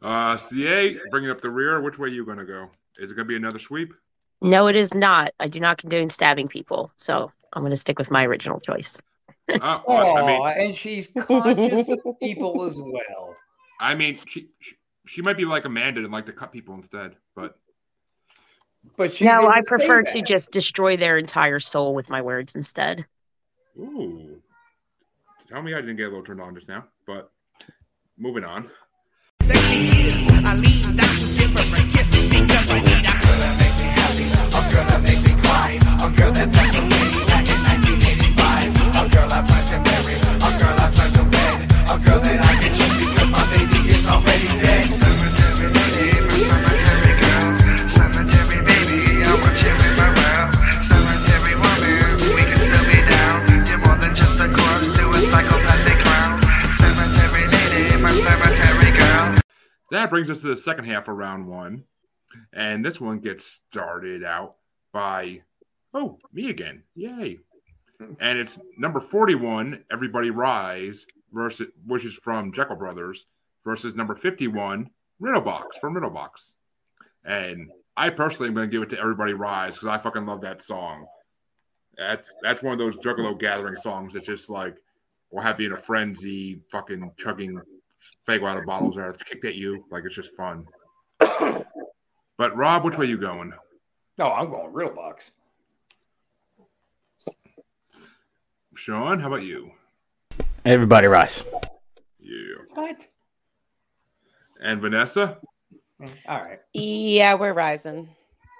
Uh, CA, bringing up the rear. Which way you going to go? Is it going to be another sweep?
No, it is not. I do not condone stabbing people, so I'm gonna stick with my original choice.
Uh, well,
Oh,
I mean,
and she's conscious of people as well.
I mean, she, she she might be like Amanda and like to cut people instead. But
But she
No,
didn't
I
say
prefer to
that.
just destroy their entire soul with my words instead.
ooh, tell me I didn't get a little turned on just now. But moving on.
There she is. I lean down to give her a kiss because I need that girl that make me happy, a girl that make me cry, a girl that touched me back in 1985, a girl I plan to marry, a girl I plan to wed, a girl that I can choose because my baby is already dead. Cemetery lady, my cemetery girl, cemetery baby, I want you in my world. Cemetery woman, we can still be down. You're more than just a corpse to a psychopathic clown. Cemetery lady, my cemetery girl.
That brings us to the second half of round one. And this one gets started out by, oh, me again. Yay. And it's number 41, Everybody Rise, versus, which is from Jekyll Brothers, versus number 51, Riddlebox from Riddlebox. And I personally am going to give it to Everybody Rise because I fucking love that song. That's that's one of those Juggalo gathering songs that's just like, we'll have you in a frenzy, fucking chugging fake out of bottles are kicked at you. Like it's just fun. But Rob, which way you going?
No, I'm going real box.
Sean, how about you?
Everybody rise.
Yeah.
What?
And Vanessa,
All right.
yeah, we're rising.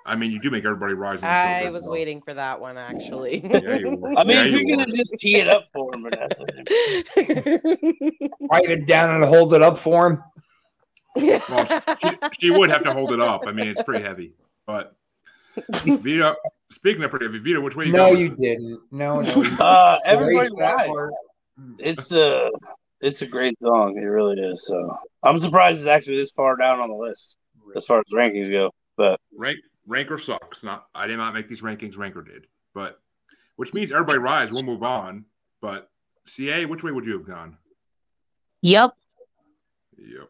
I mean, you do make everybody rise. in the
I
field,
was
so-
waiting for that one actually.
Yeah, you were.
I mean,
Yeah,
if you're
you
gonna
were.
just tee it up for him, Vanessa.
Write it down and hold it up for him.
She, she would have to hold it up. I mean, it's pretty heavy. But Vito, speaking of pretty heavy, Vito, which way you
No,
going?
you didn't. No, no. you
Uh, everybody
erased that
rise.
part.
It's a it's a great song. It really is. So I'm surprised it's actually this far down on the list as far as rankings go.
rank ranker sucks. Not I did not make these rankings. Ranker did, but which means everybody rise. We'll move on. But CA, which way would you have gone?
Yep.
Yep.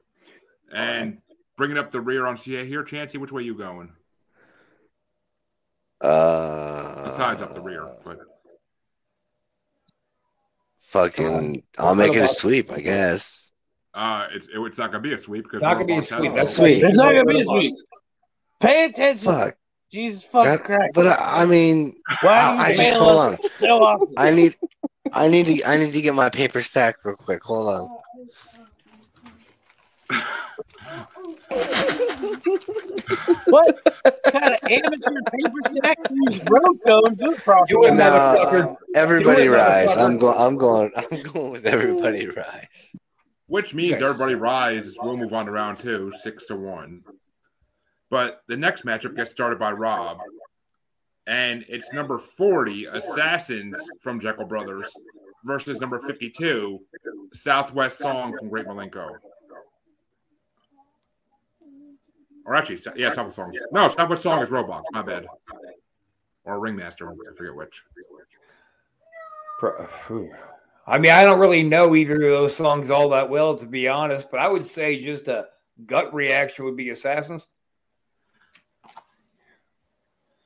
And bringing up the rear on CA here, Chancey, which way you going?
Uh,
Besides up the rear, but
Fucking, I'll make it a sweep, I guess.
uh, it's it- it's not gonna be a sweep because
It's not gonna be a
Robox has
sweep.
it.
That's
Sweet.
It's not gonna be this week. Pay attention.
Fuck.
Jesus
God,
fucking Christ.
But I, I mean,
Why do
I
you
just
fail
hold
us
on.
so often?
I need, I need to, I need to get my paper stack real quick. Hold on.
What kind of amateur paper sack use road code do it properly?
Do it,
Nah,
motherfucker.
everybody
Do it,
rise. I'm
motherfucker.
going. I'm going. I'm going with everybody rise.
Which means
Yes.
everybody rise. We'll move on to round two, six to one. But the next matchup gets started by Rob. and it's number 40, Assassins from Jekyll Brothers, versus number 52, Southwest Song from Great Malenko. Or actually, so- yeah, Southwest Song. No, Southwest Song is Roblox. My bad. Or Ringmaster. I forget which.
Pro- whew. I mean, I don't really know either of those songs all that well, to be honest. But I would say just a gut reaction would be Assassins.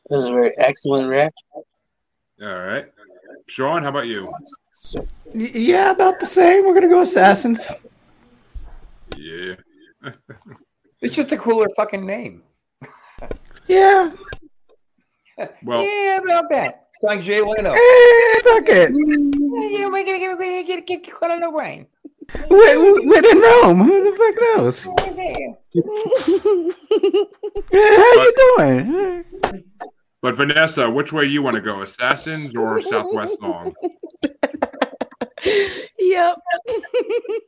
This is a very excellent reaction.
All right. Sean, how about you?
Y- Yeah, about the same. We're gonna go assassins.
Yeah.
It's just a cooler fucking name.
Yeah.
Well,
yeah, about that. It's like Jay Leno.
Eh, fuck it.
Yeah, we're gonna get- we're gonna get get caught on the brain.
When, when in Rome, who the fuck knows? Eh, how you doing?
But Vanessa, which way you want to go, Assassins or Southwest Song?
yep.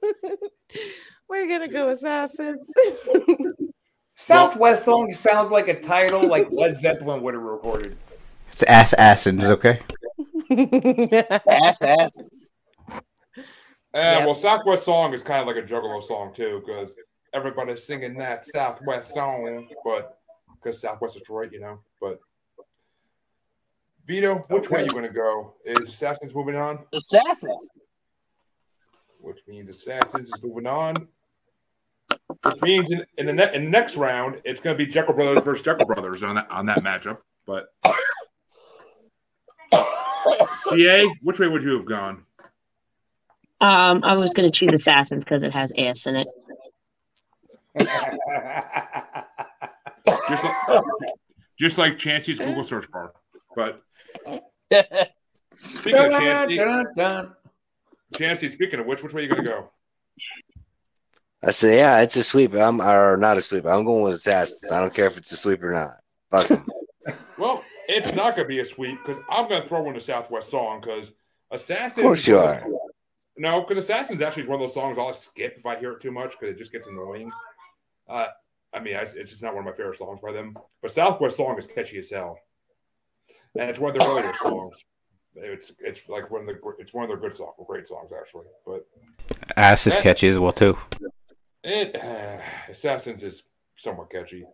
We're gonna go assassins.
Southwest song sounds like a title like Led Zeppelin would have recorded.
It's ass assins, okay?
Ass asses.
Yeah, well, Southwest Song is kind of like a Juggalo song too, because everybody's singing that Southwest song, but because Southwest Detroit, you know. But Vito, which way you gonna go? Is Assassins moving on?
Assassins.
Which means Assassins is moving on. Which means in, in the ne- in the next round, it's gonna be Jekyll Brothers versus Jekyll Brothers on that on that matchup. But CA, which way would you have gone?
Um, I was gonna choose assassins because it has ass in it.
Just like, just like Chansey's Google search bar. But speaking of Chansey,
Dun-dun-dun.
Chansey, speaking of which, which way you going to go?
I said, yeah, it's a sweep. I'm or not a sweep. I'm going with assassins. I don't care if it's a sweep or not. Fuck 'em.
Well, it's not going to be a sweep because I'm going to throw in the Southwest song because Assassin.
of course you are.
No, because Assassin's actually one of those songs I'll skip if I hear it too much because it just gets annoying. Uh, I mean, I, it's just not one of my favorite songs by them. But Southwest song is catchy as hell, and it's one of their earlier songs. It's it's like one of the gr- it's one of their good songs, great songs actually. But
Ass is
Eh.
catchy as well too.
it Assassins is somewhat catchy.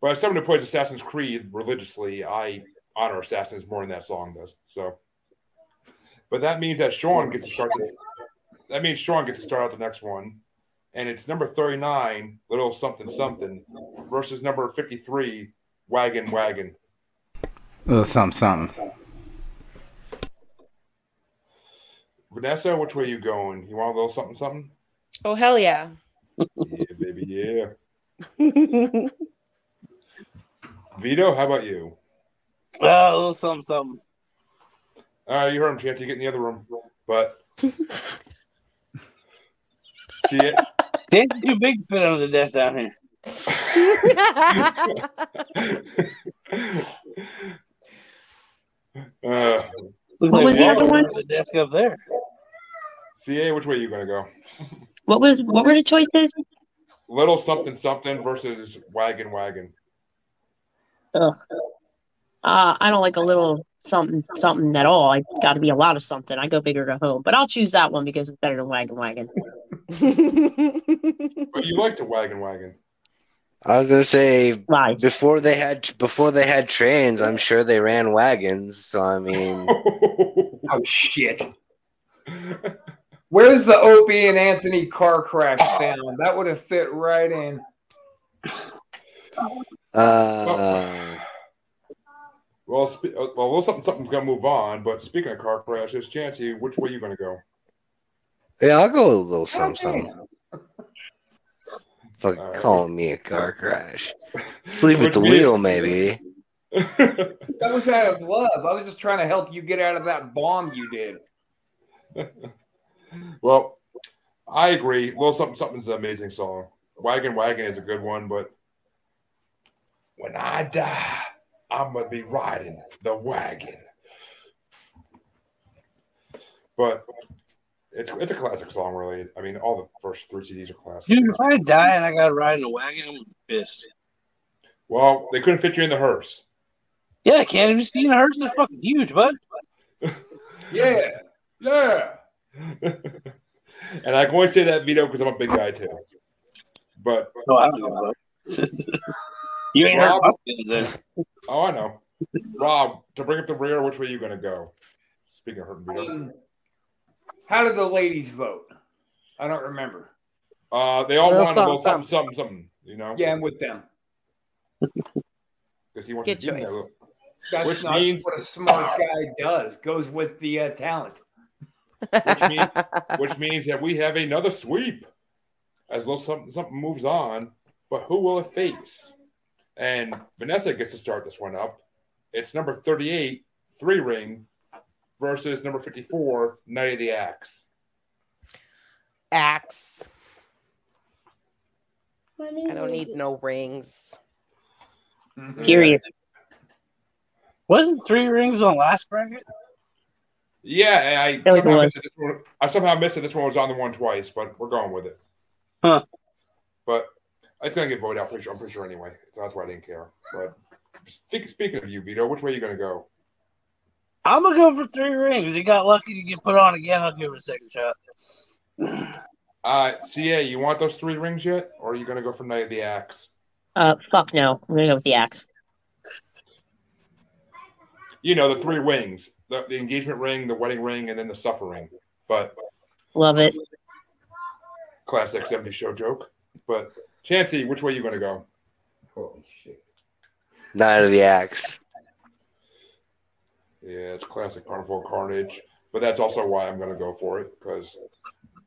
But as someone who plays Assassin's Creed religiously, I honor Assassins more than that song does. So, but that means that Sean gets to start. The, that means Sean gets to start out the next one, and it's number thirty-nine, little something something, versus number fifty-three, wagon wagon.
A
Uh,
little something, something.
Vanessa, which way you going? You want a little something something?
oh hell yeah.
Yeah, baby, yeah. Vito, how about you?
Oh, a little something, something.
Uh, you heard him, Chance. You get in the other room. But see it.
Dance is too big to fit under the desk down here.
uh,
Looks
What was the
Walmart
other one?
under The desk up there.
CA, which way you going to go?
What was what were the choices?
Little something something versus wagon wagon.
Uh, I don't like a little something something at all. I got to be a lot of something. I go bigger to home, but I'll choose that one because it's better than wagon wagon.
But you like the wagon wagon.
I was gonna say
Lies.
before they had before they had trains, I'm sure they ran wagons. So I mean,
Oh shit. Where's the Opie and Anthony car crash
Ah.
sound? That would have fit right in.
uh,
well, spe- uh, well, little something something's going to move on. But speaking of car crashes, Chancey, which way you going to go?
yeah, I'll go with a little something. something. Fuck,
Alright.
calling me a car crash. Sleep
Which
with the
means-
wheel, maybe.
That was out of love. I was just trying to help you get out of that bomb you did.
well, I agree. Little something something's an amazing song. Wagon wagon is a good one, but when I die, I'm gonna be riding the wagon. But it's, it's a classic song, really. I mean, all the first three CDs are classic.
Dude, if I die and I gotta ride in a wagon, I'm pissed.
Well, they couldn't fit you in the hearse.
Yeah, Ken, have you seen hers? It's fucking huge, bud.
Yeah, yeah.
And I can only say that veto because I'm a big guy too. But
No, I don't know. bud. you ain't heard my feelings then.
oh, I know. Rob, to bring up the rear, which way are you going to go? Speaking of hurting veto,
Um, how did the ladies vote? I don't remember.
uh, they all
Well,
want something,
some-
something, something, something. You know,
Yeah, I'm with them.
because he wants
Good
to be in
choice.
there.
That's
Which
not
means-
what a smart guy does. Goes with the uh, talent.
Which means- which means that we have another sweep as though something something moves on. But who will it face? And Vanessa gets to start this one up. It's number 38, three ring, versus number 54, Knight of the Axe.
Axe. I don't need no rings.
Period.
Wasn't three rings on last bracket?
Yeah, I,
was
somehow
the
missed that this one, I somehow missed that this one was on the one twice, but we're going with it.
Huh.
But it's going to get voted out. Pretty sure, I'm pretty sure anyway. So that's why I didn't care. But speak, speaking of you, Vito, which way are you going to go?
I'm gonna go for three rings. He got lucky to get put on again. I'll give it a second shot.
Uh, CA, you want those three rings yet, or are you gonna go for Knight of the Axe?
Uh, fuck no. I'm gonna go with the axe.
You know the three rings: the, the engagement ring, the wedding ring, and then the suffering. But
Love it.
classic '70s show joke. But Chansey, which way you gonna go?
Holy shit.
Nine of the axe.
Yeah, it's classic Carnival Carnage, but that's also why I'm gonna go for it because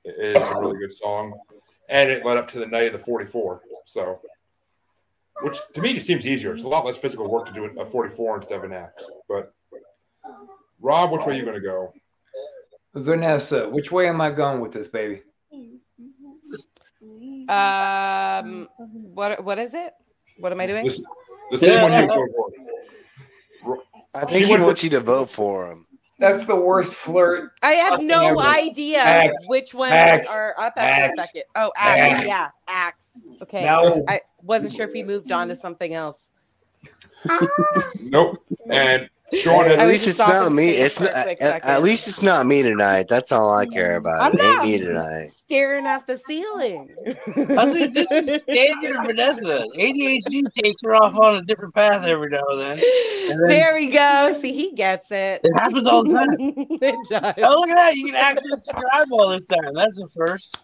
it is a really good song, and it led up to the Night of the 44. So, which to me just seems easier. It's a lot less physical work to do a 44 instead of an axe. But Rob, which way you gonna go?
Vanessa, which way am I going with this, baby?
Um, what what is it? What am I doing?
This- the same one you go for.
I think
She
he
went
wants you to vote for him.
That's the worst flirt.
I have
Fucking
no
everything.
idea
Axe.
which ones
Axe.
are up after
Axe.
the second. Oh, axe.
Axe.
Yeah, axe. Okay.
No.
I wasn't sure if we moved on to something else.
Nope. And Sean
At
I
has,
was
least
just
it's not
off his
me.
face
It's
for a
not,
quick
at,
second.
at least it's not me tonight. That's all I care about.
Mm. I'm
it ain't
not-
me tonight.
Staring at the ceiling.
I was like, this is standard Vanessa. ADHD takes her off on a different path every now and then. then-
there we go. See, he gets it.
It happens all the time.
it does.
Oh, look at that. You can actually see your eyeball this time. That's the first.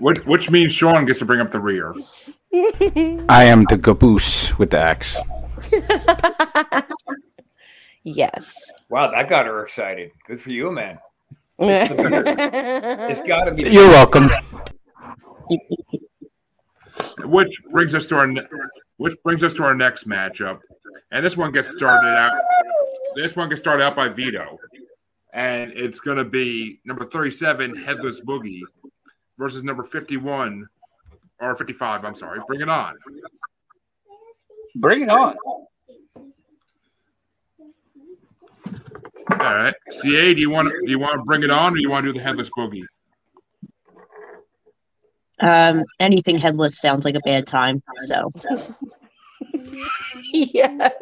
which, which means Sean gets to bring up the rear.
I am the caboose with the axe.
yes.
Wow, that got her excited. Good for you, man. It's
It's
got to be.
You're welcome.
Which brings us to our ne- which brings us to our next matchup, and this one gets started out. This one gets started out by Vito, and it's going to be number thirty-seven, Headless Boogie, versus number fifty-one or fifty-five. I'm sorry. Bring it on.
Bring it on.
All right, CA. Do you want do you want to bring it on, or you want to do the Headless Boogie?
Um, anything headless sounds like a bad time. So
yes.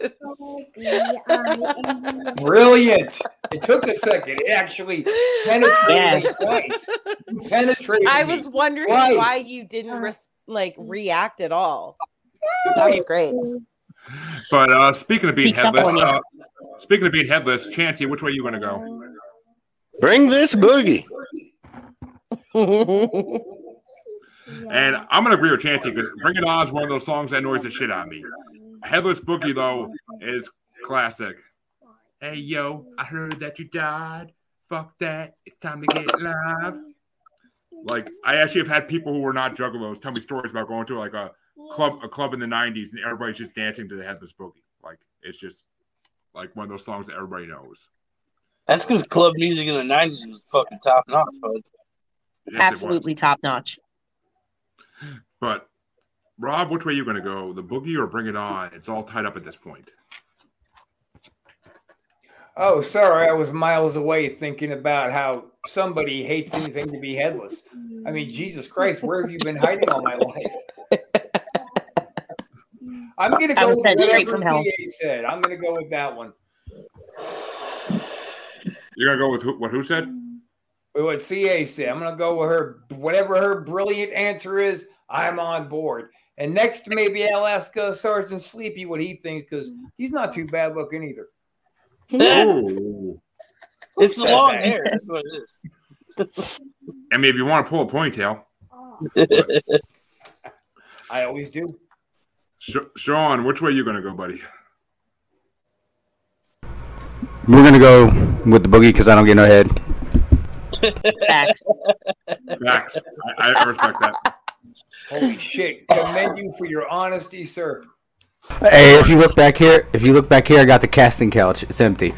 Brilliant. It took a second. It actually penetrated me
Yeah.
twice. Penetrated
I
me.
was wondering
Right.
why you
Uh-huh.
didn't res- like react at all. That was great.
But uh, speaking of being
Speaks up
headless,
on you.
uh, speaking of being headless, Chanty, which way you going to go?
Bring this boogie.
And I'm going to agree with Chanty because "Bring It On" is one of those songs that annoys the shit out of me. Headless Boogie though is classic. Hey yo, I heard that you died. Fuck that. It's time to get live. Like I actually have had people who were not juggalos tell me stories about going to like a club, a club in the '90s, and everybody's just dancing to the Headless Boogie. Like it's just like one of those songs that everybody knows.
That's because club music in the 90s was fucking top notch, bud.
Yes, it was.
absolutely top notch.
But Rob, which way are you going to go? The boogie or bring it on? It's all tied up at this point.
Oh, sorry. I was miles away thinking about how somebody hates anything to be headless. I mean, Jesus Christ, where have you been hiding all my life? I'm gonna
I
go
was
with
sent straight
whatever
from hell.
CA said. I'm gonna go with that one.
You're gonna go with who, what? Who said?
With What CA said. I'm gonna go with her. Whatever her brilliant answer is, I'm on board. And next, maybe I'll ask uh, Sergeant Sleepy what he thinks because he's not too bad looking either.
Ooh.
It's the
said
long
that?
hair. That's what it is.
I mean, if you want to pull a ponytail,
I always do.
Sh- Sean, which way you gonna go, buddy?
We're gonna go with the boogie because I don't get no head.
Facts.
Facts. I, I respect that.
Holy shit! Commend you for your honesty, sir.
Hey, if you look back here, if you look back here, I got the casting couch. It's empty.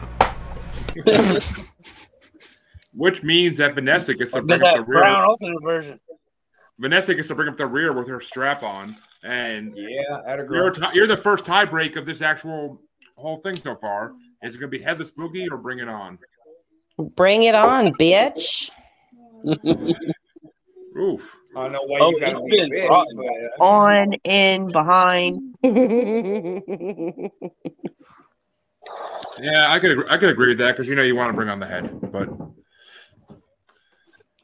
Which means that Vanessa gets to
I've got
bring up the
that brown
rear.
alternate version.
Vanessa gets to bring up the rear with her strap on, and
Yeah, at a
you're
girl.
ti you're the first tie break of this actual whole thing so far. Is it gonna be headless boogie or bring it on?
Bring it on, bitch.
Oof.
I don't know why
Oh,
you got
it's
to be a
been
bitch,
rotten.
but, uh,
On, in, behind.
Yeah, I could agree, I could agree with that because you know you want to bring on the head, but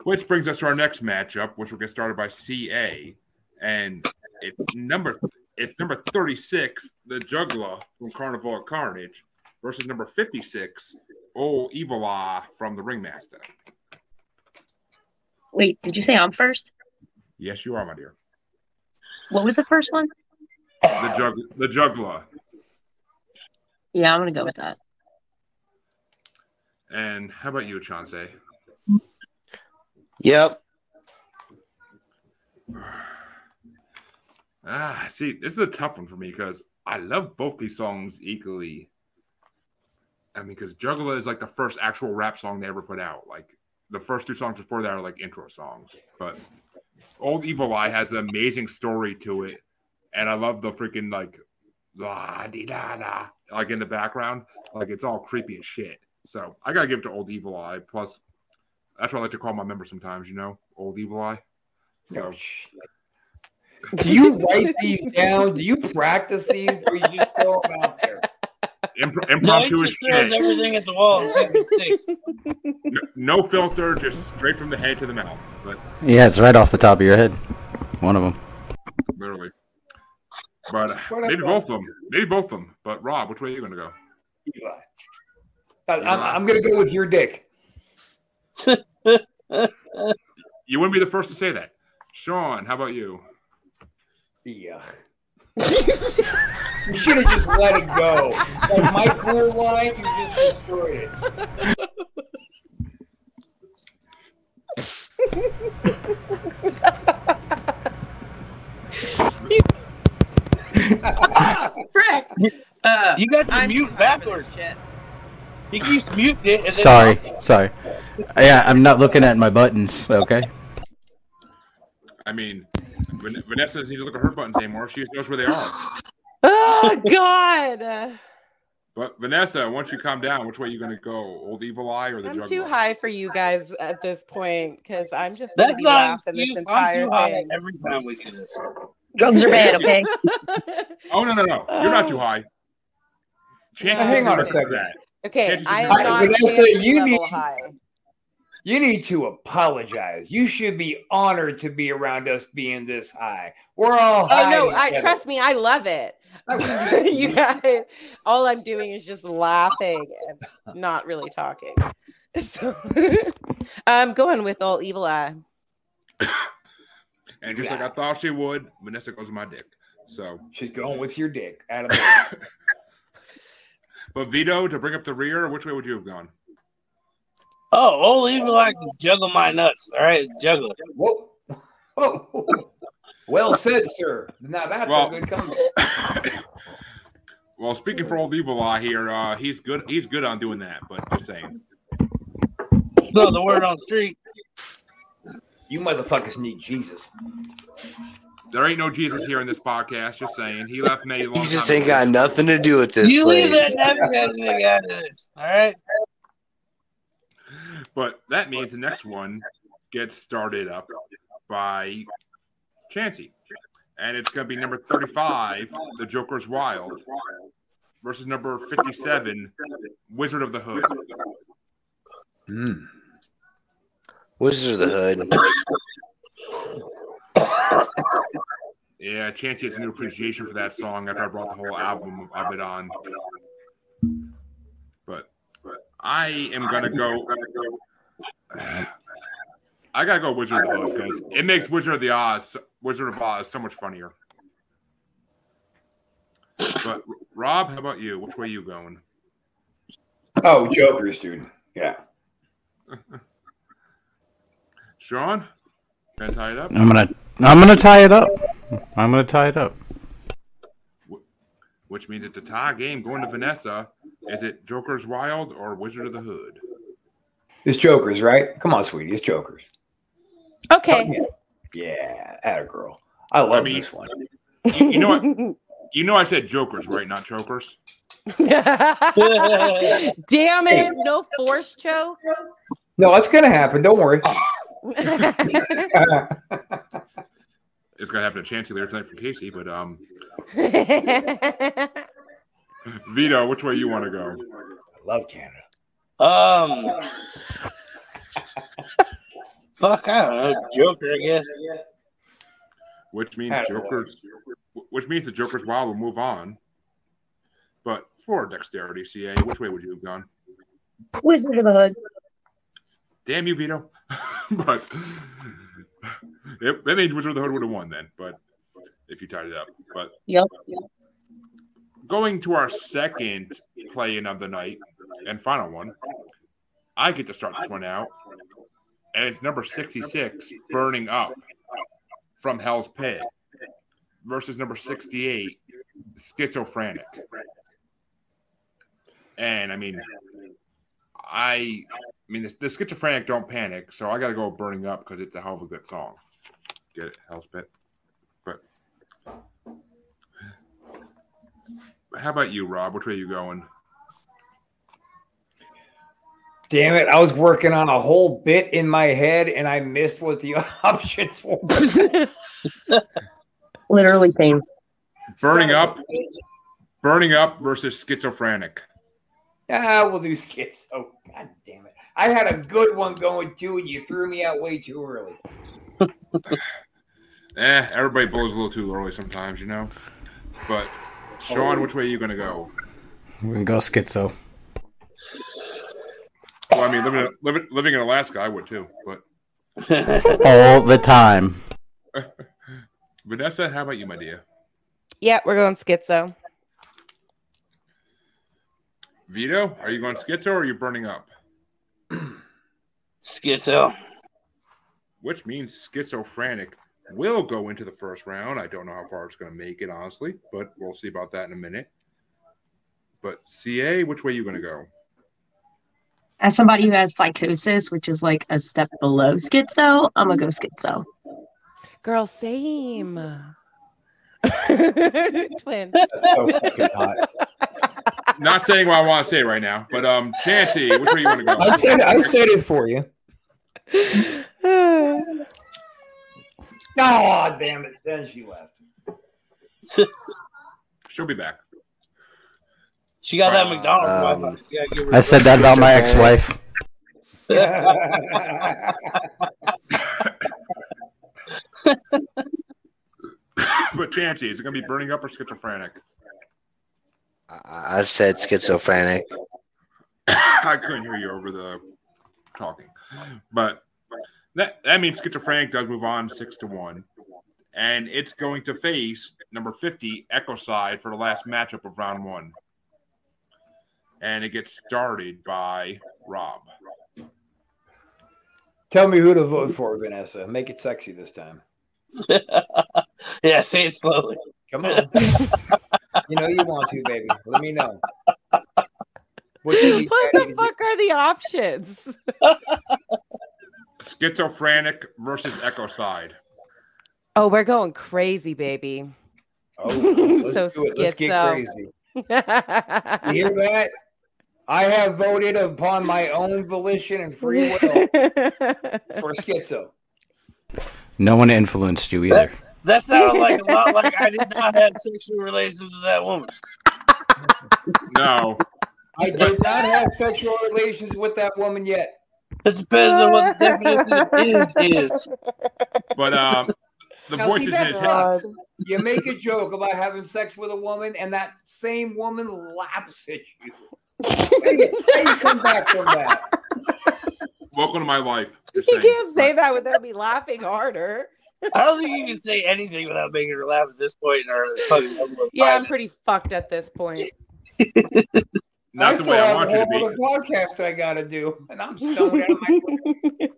which brings us to our next matchup, which will get started by CA, and it's number it's number thirty six, the Juggler from Carnival of Carnage, versus number fifty six, Old Evil Eye from the Ringmaster.
Wait, did you say I'm first?
Yes, you are, my dear.
What was the first one?
The jug the Juggler,
Yeah, I'm gonna go with that.
and how about you, Chauncey?
Yep.
Ah, see, this is a tough one for me because I love both these songs equally. I mean, because Juggler is like the first actual rap song they ever put out. Like the first two songs before that are like intro songs. But Old Evil Eye has an amazing story to it, and I love the freaking like la di da da like in the background. Like it's all creepy as shit. So I gotta give it to Old Evil Eye. Plus, that's what I like to call my members sometimes. You know, Old Evil Eye. So
no shit. Do you write these down? Do you practice these, or you just throw them out there?
imp-
No, he
impromptu as
just throws
shit.
everything at the wall. and sees what sticks.
No, no filter, just straight from the head to the mouth, but
Yeah, it's right off the top of your head. One of them.
literally. But uh, maybe both of them. Maybe both of them. But Rob, which way are you going to go?
Eli. I, I'm, I'm gonna go with your dick.
You wouldn't be the first to say that. Sean, how about you?
Yeah. you should have just let it go. Like my cool line, you just destroyed it.
Frick. Uh,
You got to
I'm
mute backwards. He keeps muting it. And then
Sorry, sorry. Yeah, I'm not looking at my buttons. Okay.
I mean, Van- Vanessa doesn't need to look at her buttons anymore. She just knows where they are.
Oh God.
But Vanessa, once you calm down, which way are you going to go? Old Evil Eye or the
I'm
Juggler?
too high for you guys at this point because I'm just gonna
That's
be
not an
laughing this
excuse. I'm
entire
too high
thing.
every time we do this.
Drugs are bad, okay?
Oh, no, no, no. You're not too high. Chances
Hang on a
are
second.
that.
okay,
Can't you
I am
just-
not
Vanessa,
Nancy
you
level
need-
high.
You need to apologize. You should be honored to be around us being this high. We're all
Oh
high.
no, I
together.
trust me, I love it. you guys, all I'm doing is just laughing and not really talking. So I'm going with old evil eye.
And just like I thought she would, Vanessa goes with my dick. So,
She's going with your dick. Out of
but Vito, to bring up the rear, which way would you have gone?
Oh, old evil like juggle my nuts. All right, juggle.
Whoa. Whoa. Well said, sir. Now that's
Well-
a good comment.
well, speaking for old evil eye here, uh, he's good. He's good on doing that. But just saying,
It's not the word on the street.
You motherfuckers need Jesus.
there ain't no Jesus here in this podcast. Just saying, he left me a long
Jesus
time
ain't
ago.
got nothing to do with this.
You leave
place.
that navigator nigga out of this. All right.
But that means the next one gets started up by Chansey, and it's going to be number 35, The Joker's Wild, versus number 57, Wizard of the Hood.
Wizard of the Hood.
Yeah, Chancey has a new appreciation for that song after I brought the whole album of it on. But I am gonna go. I gotta go Wizard of the Oz because it makes Wizard of the Oz, Wizard of Oz, so much funnier. But Rob, how about you? Which way you going?
Oh, Joker's dude. Yeah.
Sean, can I tie it up?
I'm gonna I'm gonna tie it up. I'm gonna tie it up.
Which means it's a tie game going to Vanessa. Is it Joker's Wild or Wizard of the Hood?
It's Joker's, right? Come on, sweetie. It's Joker's.
Okay.
Yeah, at a girl. I love this one.
You, you know what? You know I said Jokers, right? Not chokers.
Damn it. No force choke.
No, it's gonna happen. Don't worry.
It's gonna happen to Chancey later tonight from Casey, but um, Vito, which way you want to go?
love Canada.
Um. fuck, I don't know. Joker, I guess.
Which means Joker's, which means the Joker's Wild will move on. But for dexterity, CA, which way would you have gone?
Wizard of the Hood.
Damn you, Vito. but it, that means Wizard of the Hood would have won then. But if you tied it up, but
Yep.
going to our second play-in of the night and final one. I get to start this one out, and it's number sixty-six, "Burning Up" from Hell's Pit, versus number sixty-eight, "Schizophrenic." And I mean, I, I mean, the, the schizophrenic don't panic, so I got to go with "Burning Up" because it's a hell of a good song. Get it, Hell's Pit. But how about you, Rob? Which way you going?
Damn it! I was working on a whole bit in my head, and I missed what the options were.
Literally same.
Burning up, burning up versus schizophrenic.
Ah, we'll do skits. Oh, god damn it! I had a good one going too, and you threw me out way too early.
Eh, everybody blows a little too early sometimes, you know. But Sean, which way are you gonna go?
We're gonna go schizo.
Well, I mean, living in, living, living in Alaska, I would too. But
All the time.
Vanessa, how about you, my dear?
Yeah, we're going schizo.
Vito, are you going schizo or are you burning up?
Schizo.
Which means schizophrenic will go into the first round. I don't know how far it's gonna make it, honestly, but we'll see about that in a minute. But CA, which way you gonna go?
As somebody who has psychosis, which is like a step below schizo, I'm gonna go schizo.
Girl, same. Twins.
That's so fucking hot.
Not saying what I want to say right now, but um, Chanty, which way you want to go?
I said, I said it for you.
Oh, damn it! Then she left.
She'll be back.
She got that McDonald's.
Um,
wife. You gotta give her
I said that about my ex-wife.
but Chanty, is it going to be burning up or schizophrenic?
I I said schizophrenic.
I couldn't hear you over the talking, but that that means schizophrenic does move on six to one, and it's going to face number fifty Echo Side for the last matchup of round one, and it gets started by Rob.
Tell me who to vote for, Vanessa. Make it sexy this time.
yeah, say it slowly.
Come on. you know you want to, baby. Let me know. What, you need
What
Patty
the
to
fuck are the options?
Schizophrenic versus Echo Side.
Oh, we're going crazy, baby.
do? Oh,
So
let's do it. Let's get
schizo.
crazy. You hear that? I have voted upon my own volition and free will for schizo.
No one influenced you either.
That sounded like a lot like I did not have sexual relations with that woman.
No.
I did not have sexual relations with that woman yet.
It depends on what the definition of is is.
But um, the
Now,
voices
see,
in
that
his head.
sucks. You make a joke about having sex with a woman, and that same woman laughs at you. How you- how you come back from that?
Welcome to my life.
You
Just saying.
can't say that without me laughing harder.
I don't think you can say anything without making her laugh at this point in our fucking
Yeah, I'm pretty fucked at this point.
Not the
still
way I
have
want
a
you to
whole
be.
other podcast I got to do, and I'm stoned out of my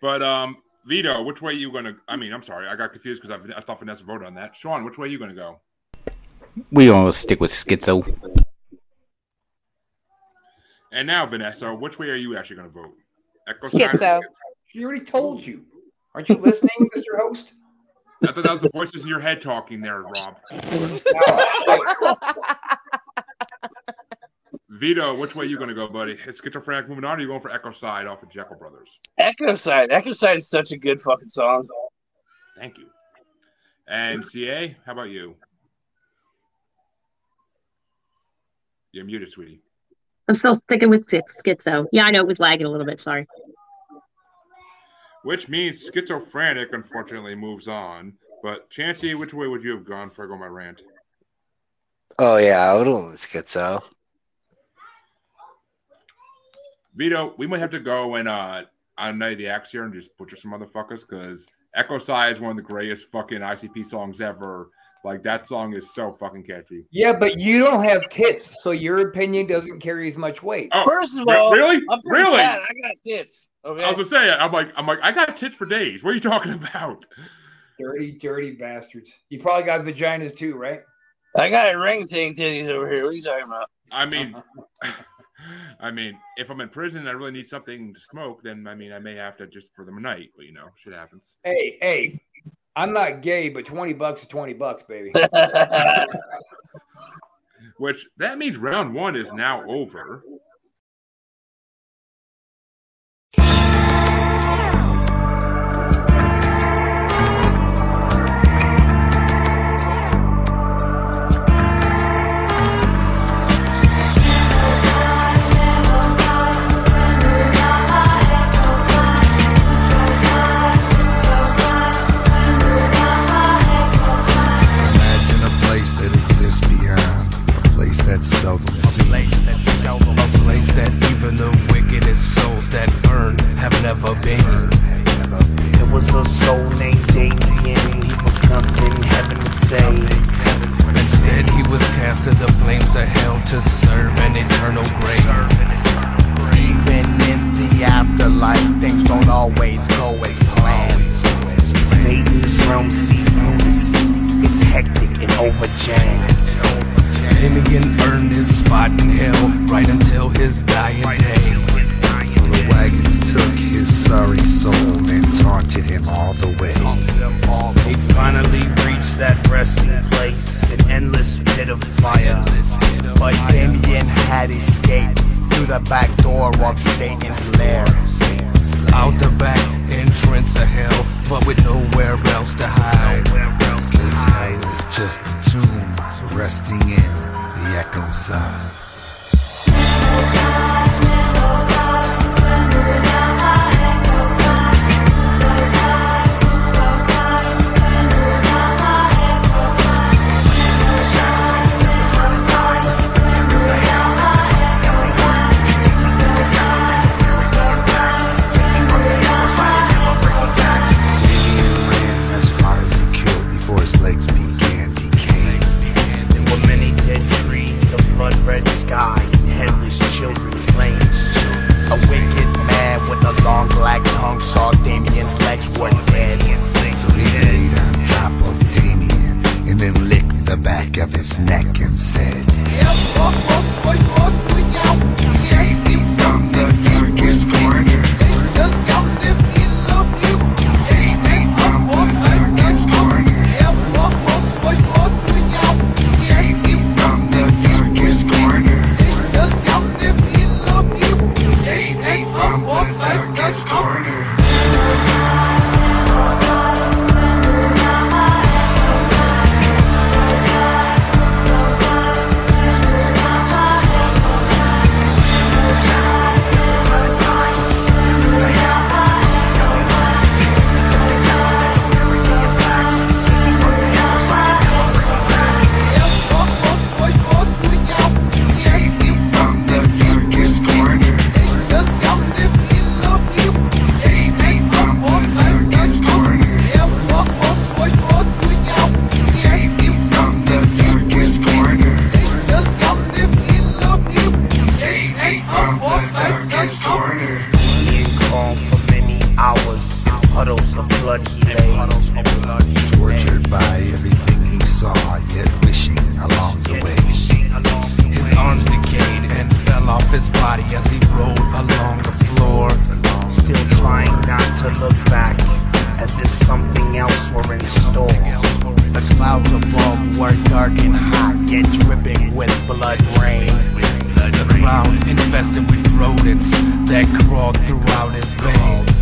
But um, Vito, which way you gonna? I mean, I'm sorry, I got confused because I, I thought Vanessa voted on that. Sean, which way you gonna go?
We gonna stick with schizo.
And now, Vanessa, which way are you actually gonna vote? Echo
Schizo.
Science?
She already told you. Aren't you listening, Mr. Host?
I thought that was the voices in your head talking there, Rob. Vito, which way you gonna go, buddy? It's schizophrenic moving on. Or you going for Echo Side off of Jekyll Brothers?
Echo Side. Echo Side is such a good fucking song.
Thank you. And CA, how about you? You're muted, sweetie.
I'm still sticking with schi- schizo. Yeah, I know it was lagging a little bit. Sorry.
Which means schizophrenic, unfortunately, moves on. But Chancey, which way would you have gone for I go my rant?
Oh yeah, I would almost get so.
Vito, we might have to go and uh on Night of the Axe here and just butcher some motherfuckers because Echo Sigh is one of the greatest fucking ICP songs ever. Like that song is so fucking catchy.
Yeah, but you don't have tits, so your opinion doesn't carry as much weight.
Oh,
First of
re-
all,
really?
I'm pretty
Really?
fat. I got tits.
I
Okay.
was gonna say, I'm like, I'm like, I got tits for days. What are you talking about?
Dirty, dirty bastards. You probably got vaginas too, right?
I got orangutan titties over here. What are you talking about?
I mean, I mean, if I'm in prison and I really need something to smoke, then I mean, I may have to just for the night. But you know, shit happens.
Hey, hey, I'm not gay, but 20 bucks is 20 bucks, baby.
Which that means round one is now over.
Imagine a place that exists beyond, a place that's seldom seen.
place that's seldom a place that even the wickedest souls that burn have never been.
There was a soul named Damien, he was nothing heaven would say.
Instead, he was cast to the flames of hell to serve an eternal grave.
Even in the afterlife, things don't always go as planned. Satan's realm sees lunacy, it's hectic and overjammed.
Damien earned his spot in hell right until his dying day.
So the wagons took his sorry soul and taunted him all the way. They finally reached that resting place, an endless pit of fire. But Damien had escaped through the back door of Satan's lair.
Out the back entrance of hell, but with nowhere else to hide.
His hide is just a tomb, resting in the echo side. Damien ran as far as he could before his legs began decaying. There were many dead trees, a blood red sky, and headless children playing. A wicked man with a long black tongue saw Damien's legs were dead. So he laid on top of Damien and then licked the back of his neck and said, Save me from the darkest corner. Save me from the darkest corner. Save me from the darkest corner. Save me from the darkest corner. puddles of blood he lay. Tortured by everything he saw, yet wishing along the way.
His arms decayed and fell off his body as he rolled along the floor.
Still trying not to look back, as if something else were in store.
The clouds above were dark and hot, yet dripping with blood rain. The ground infested with rodents that crawled throughout his veins.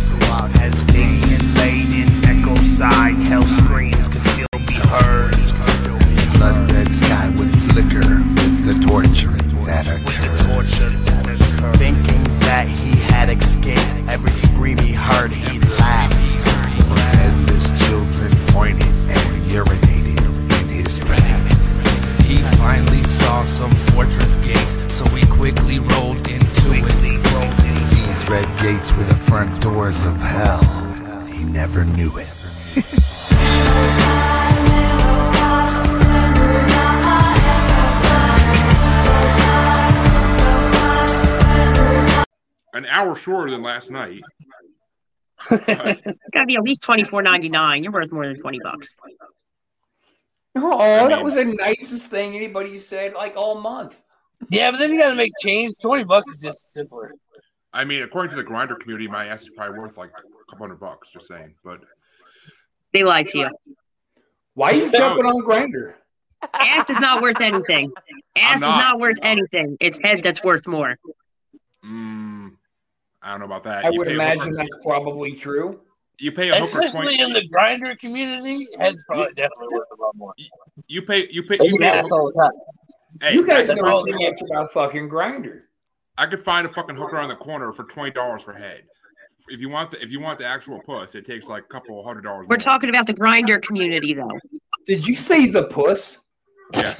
As Vivian laid in echo side, hell screams could still be heard. The blood red sky would flicker with the torture that occurred.
Thinking that he had escaped, every scream he heard, he laughed.
And his children pointed and urinated in his wrath.
He finally saw some fortress gates, so he quickly rolled into it.
These red gates were the front doors of hell. He never knew it.
An hour shorter than last night.
It's gotta be at least twenty four ninety nine. You're worth more than twenty bucks.
Oh,
mean-
that was the nicest thing anybody said like all month.
Yeah, but then you gotta make change. Twenty bucks is just simpler.
I mean, according to the grinder community, my ass is probably worth like a couple hundred bucks. Just saying, but
They lied to you.
Why are you jumping on Grinder?
Ass is not worth anything. Ass
not.
is not worth anything. It's head that's worth more.
mm, I don't know about that.
I
You
would
pay a
imagine
hooker-
that's probably true.
you pay a hooker
Especially
twenty.
in the grinder community, heads probably definitely worth a lot more.
You pay. You pay.
They
You
get
pay a
asked all
hooker,
the time.
hey,
you guys
I,
know
could
too
find-
much about fucking Grinder.
I could find a fucking hooker on the corner for twenty dollars for head. If you want the if you want the actual puss, it takes like a couple hundred dollars.
We're talking about the grinder community though.
Did you say the puss?
Yeah.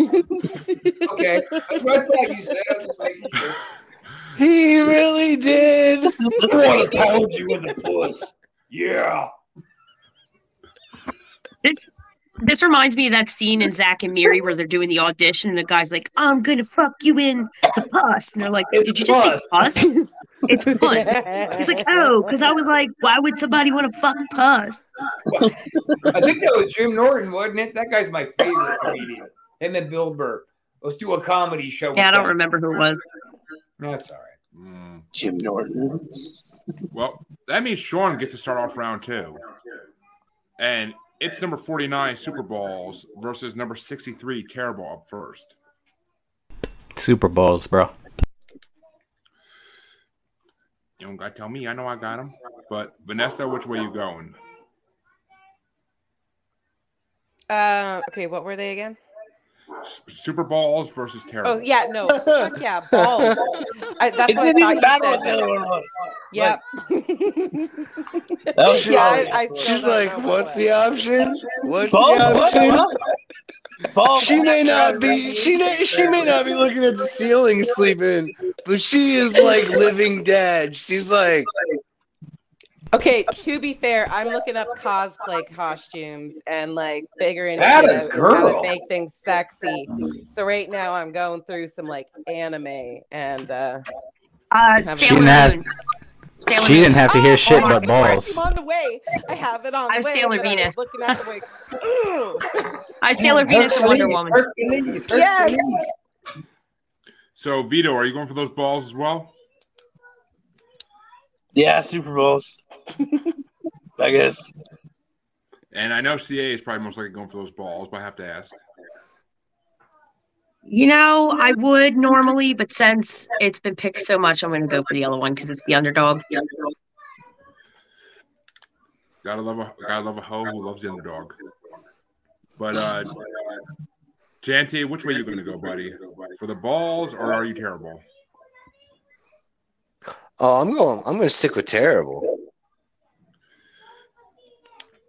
okay, that's what I thought you said. I was just making sure.
He really did.
I want to pound you with a puss. Yeah.
This this reminds me of that scene in Zach and Miri where they're doing the audition and the guy's like, I'm gonna fuck you in the pus. And they're like, Did
It's
you just say pus? It's pus. He's like, Oh, because I was like, why would somebody want to fuck pus?
I think that was Jim Norton, wasn't it? That guy's my favorite comedian. Him and Bill Burr. Let's do a comedy show.
Yeah, I
with
don't
them.
remember who it was.
That's all right.
Mm.
Jim Norton.
Well, that means Sean gets to start off round two, and it's number forty nine Super Balls versus number sixty three Terrible up first.
Super Bowls, bro.
You don't got to tell me. I know I got him. But Vanessa, which way you going?
Uh, okay, what were they again?
S- Super Balls versus Terrible.
Oh yeah, no, fuck yeah, balls. I, that's
it
what I
didn't even
thought
matter
you
what the
said.
other one was.
Yep.
That was
yeah, I,
wrong.
I still
She's
don't
like,
know
what's
what-
the option? What's
Balls,
the
what? Balls.
option? She may not be she may, she may not be looking at the ceiling sleeping, but she is like living dead. She's like
Okay, to be fair, I'm looking up cosplay costumes and like figuring
That
out
is
how to
girl.
make things sexy. So right now I'm going through some like anime and uh
Uh
She
Sailor
didn't have-
Moon. Sailor
She
Moon.
didn't have to hear shit
oh,
but
I have
balls.
them on the way. I have it on
I
the
was
way.
Sailor
but I was
Venus.
looking at the way. Ooh.
I was Sailor Venus and Wonder Woman.
Hercules, Hercules.
Yes.
So Vito, are you going for those balls as well?
Yeah, Super Bowls. I guess.
And I know CA is probably most likely going for those balls, but I have to ask.
You know, I would normally, but since it's been picked so much, I'm gonna go for the yellow one because it's the underdog.
Gotta love a gotta love a hoe who loves the underdog. But uh Janty, which way you gonna go, buddy? For the balls or are you terrible?
Oh, I'm going I'm gonna stick with terrible.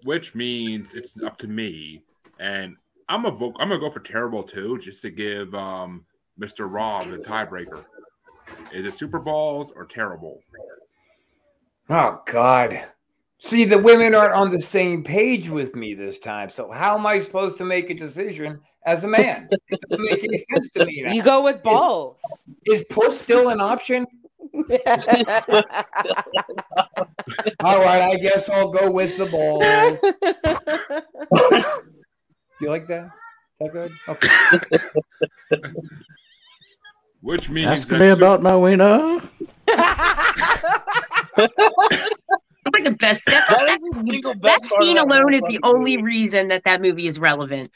Which means it's up to me. And I'm a vo- I'm gonna go for terrible too, just to give um Mr. Rob the tiebreaker. Is it super balls or terrible?
Oh God. See, the women aren't on the same page with me this time. So how am I supposed to make a decision as a man? It doesn't make any sense to me. now.
You go with balls.
Is puss still an option? All right, I guess I'll go with the balls. you like that? That good? Okay.
Which means
Ask
that
me about my wiener.
like the best step. That, that scene alone is the only reason that that movie is relevant.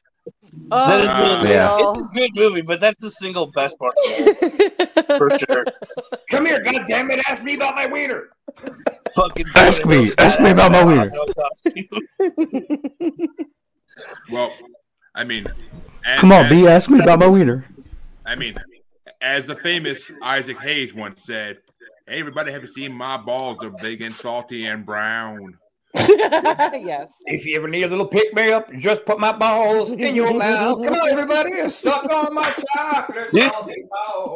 Oh,
Uh,
that is really,
Yeah.
It's a good movie, but that's the single best part of it, for sure.
Come here, goddammit, ask me about my wiener.
Fucking
Ask me. Ask me about my wiener.
well, I mean, as-
Come on,
as-
B. Ask me about my wiener.
I mean, as the famous Isaac Hayes once said, "Hey, everybody, have you seen my balls? They're big and salty and brown."
yes.
If you ever need a little pick me up, just put my balls in your mouth. Come on, everybody, and suck on my chocolates.
Dude,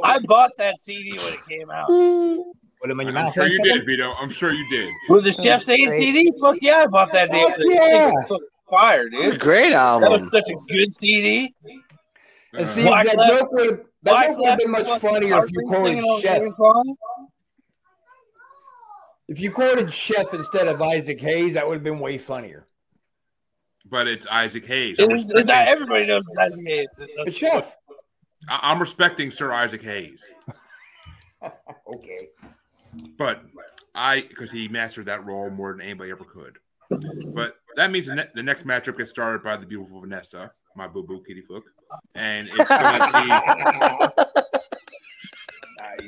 I
bought that CD when it came out.
Put them in your
I'm
mouth.
sure you did, Vito. I'm sure you did.
With Hmm. the Chef Singing CD? Fuck yeah, I bought that damn
Fuck
thing.
yeah.
It's fucking Fire, dude.
It's a great
That
album.
was such a good CD.
And see, that joke would that joke would have been much funnier if you quoted Chef. If you quoted Chef instead of Isaac Hayes, that would have been way funnier.
But it's Isaac Hayes.
It
I'm
is, it's not,
respecting-
everybody knows it's Isaac Hayes. That's-
It's Chef.
I- I'm respecting Sir Isaac Hayes,
Okay.
but I because he mastered that role more than anybody ever could. But that means the, ne- the next matchup gets started by the beautiful Vanessa, my boo boo kitty fook, and it's going to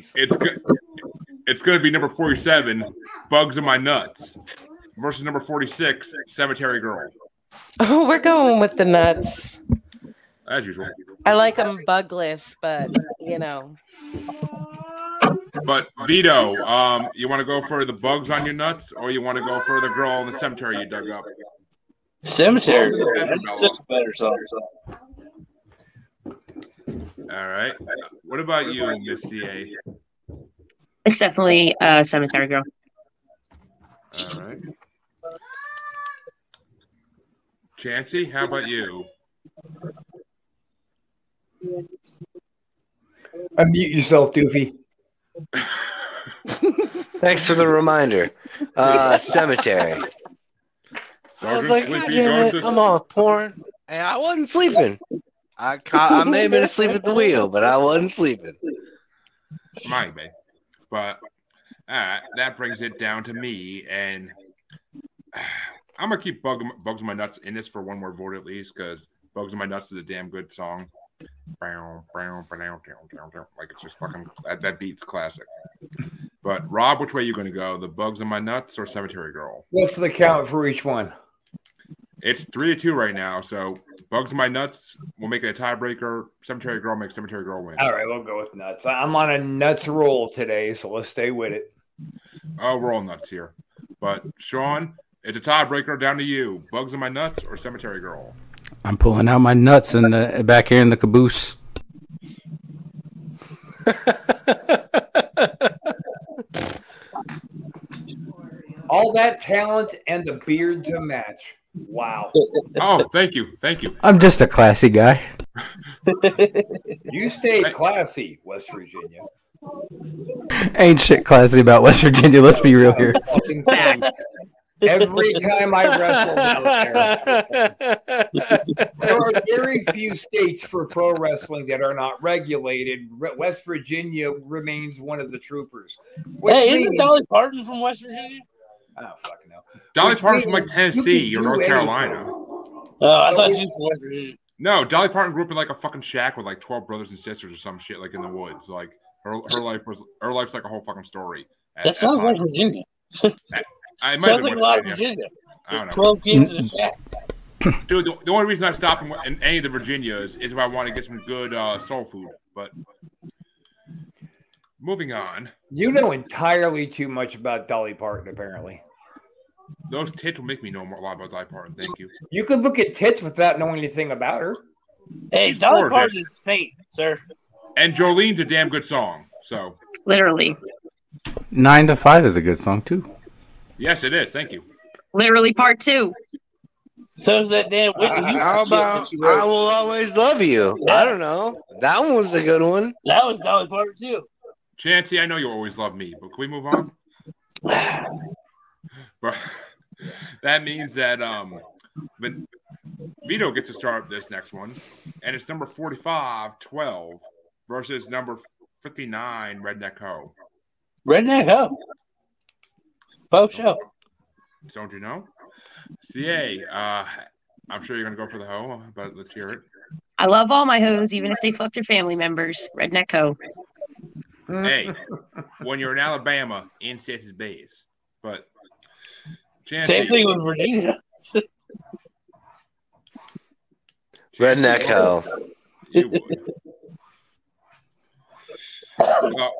be it's go- it's going to be number forty seven, bugs in my nuts, versus number forty six, cemetery girl,
Oh, we're going with the nuts.
as usual.
I like them bugless, but you know.
But Vito, um, you want to go for the bugs on your nuts, or you want to go for the girl in the cemetery you dug up?
Cemetery. That's such a better song.
All right. What about you, Miss CA?
It's definitely a cemetery girl.
All right. Chancy, how about you?
Unmute yourself, Doofy.
Thanks for the reminder. Uh, cemetery. I was like, God damn it, I'm all porn. And I wasn't sleeping. I ca- I may have been asleep at the wheel, but I wasn't sleeping.
Might be. But all right, that brings it down to me. And I'm gonna keep bug, bugs in my nuts in this for one more vote at least, because bugs in my nuts is a damn good song. Brown, brown, brown, down, down, down. Like it's just fucking that, that beat's classic. But Rob, which way you gonna go? The bugs in my nuts or Cemetery Girl?
What's the count for each one?
It's three to two right now. So bugs in my nuts will make it a tiebreaker. Cemetery Girl makes Cemetery Girl win.
All right, we'll go with nuts. I'm on a nuts roll today, so let's stay with it.
Oh, we're all nuts here. But Sean, it's a tiebreaker down to you. Bugs in my nuts or Cemetery Girl?
I'm pulling out my nuts in the back here in the caboose.
All that talent and the beard to match. Wow.
Oh, thank you, thank you.
I'm just a classy guy.
You stayed classy, West Virginia.
Ain't shit classy about West Virginia. Let's be real here.
Fucking facts. Every time I wrestle, out there, there are very few states for pro wrestling that are not regulated. Re- West Virginia remains one of the troopers. Which
Hey, isn't
means-
Dolly Parton from West Virginia?
I don't fucking know.
Dolly
Which
Parton's from like
means
Tennessee
you
or
can
North
do
Carolina.
anything.
Oh, I
So
thought
it's-
she was from West Virginia.
No, Dolly Parton grew up in like a fucking shack with like twelve brothers and sisters or some shit, like in the woods. Like her, her life was her life's like a whole fucking story.
That sounds like Virginia.
I it might have been
Sounds like a
West
lot of
Virginia.
Virginia.
I don't know.
Twelve kids in a shack.
Dude, the, the only reason I stop in, in any of the Virginias is if I want to get some good uh, soul food. But moving on,
You know entirely too much about Dolly Parton, apparently.
those tits will make me know more, a lot about Dolly Parton. Thank you.
You could look at tits without knowing anything about her.
Hey,
She's
Dolly
gorgeous.
Parton is saint, sir.
And Jolene's a damn good song. So
Literally.
Nine to five is a good song too.
yes, it is. Thank you.
Literally part two.
So is that damn Whitney Houston
Uh, How
shit that
about
she wrote.
I Will Always Love You? I don't know. That one was a good one.
That was Dolly Parton too.
Chancy, I know you always love me, but can we move on? Well, that means that um, Vin- Vito gets to start this next one, and it's number 45 12 versus number 59 Redneck Ho.
Redneck Ho. Faux show.
Don't you know? CA, uh, I'm sure you're going to go for the Ho, but let's hear it.
I love all my hoes, even if they fuck their family members. Redneck hoe.
hey, when you're in Alabama, incest is base. But
Same thing with Virginia.
Redneck hell.
Well,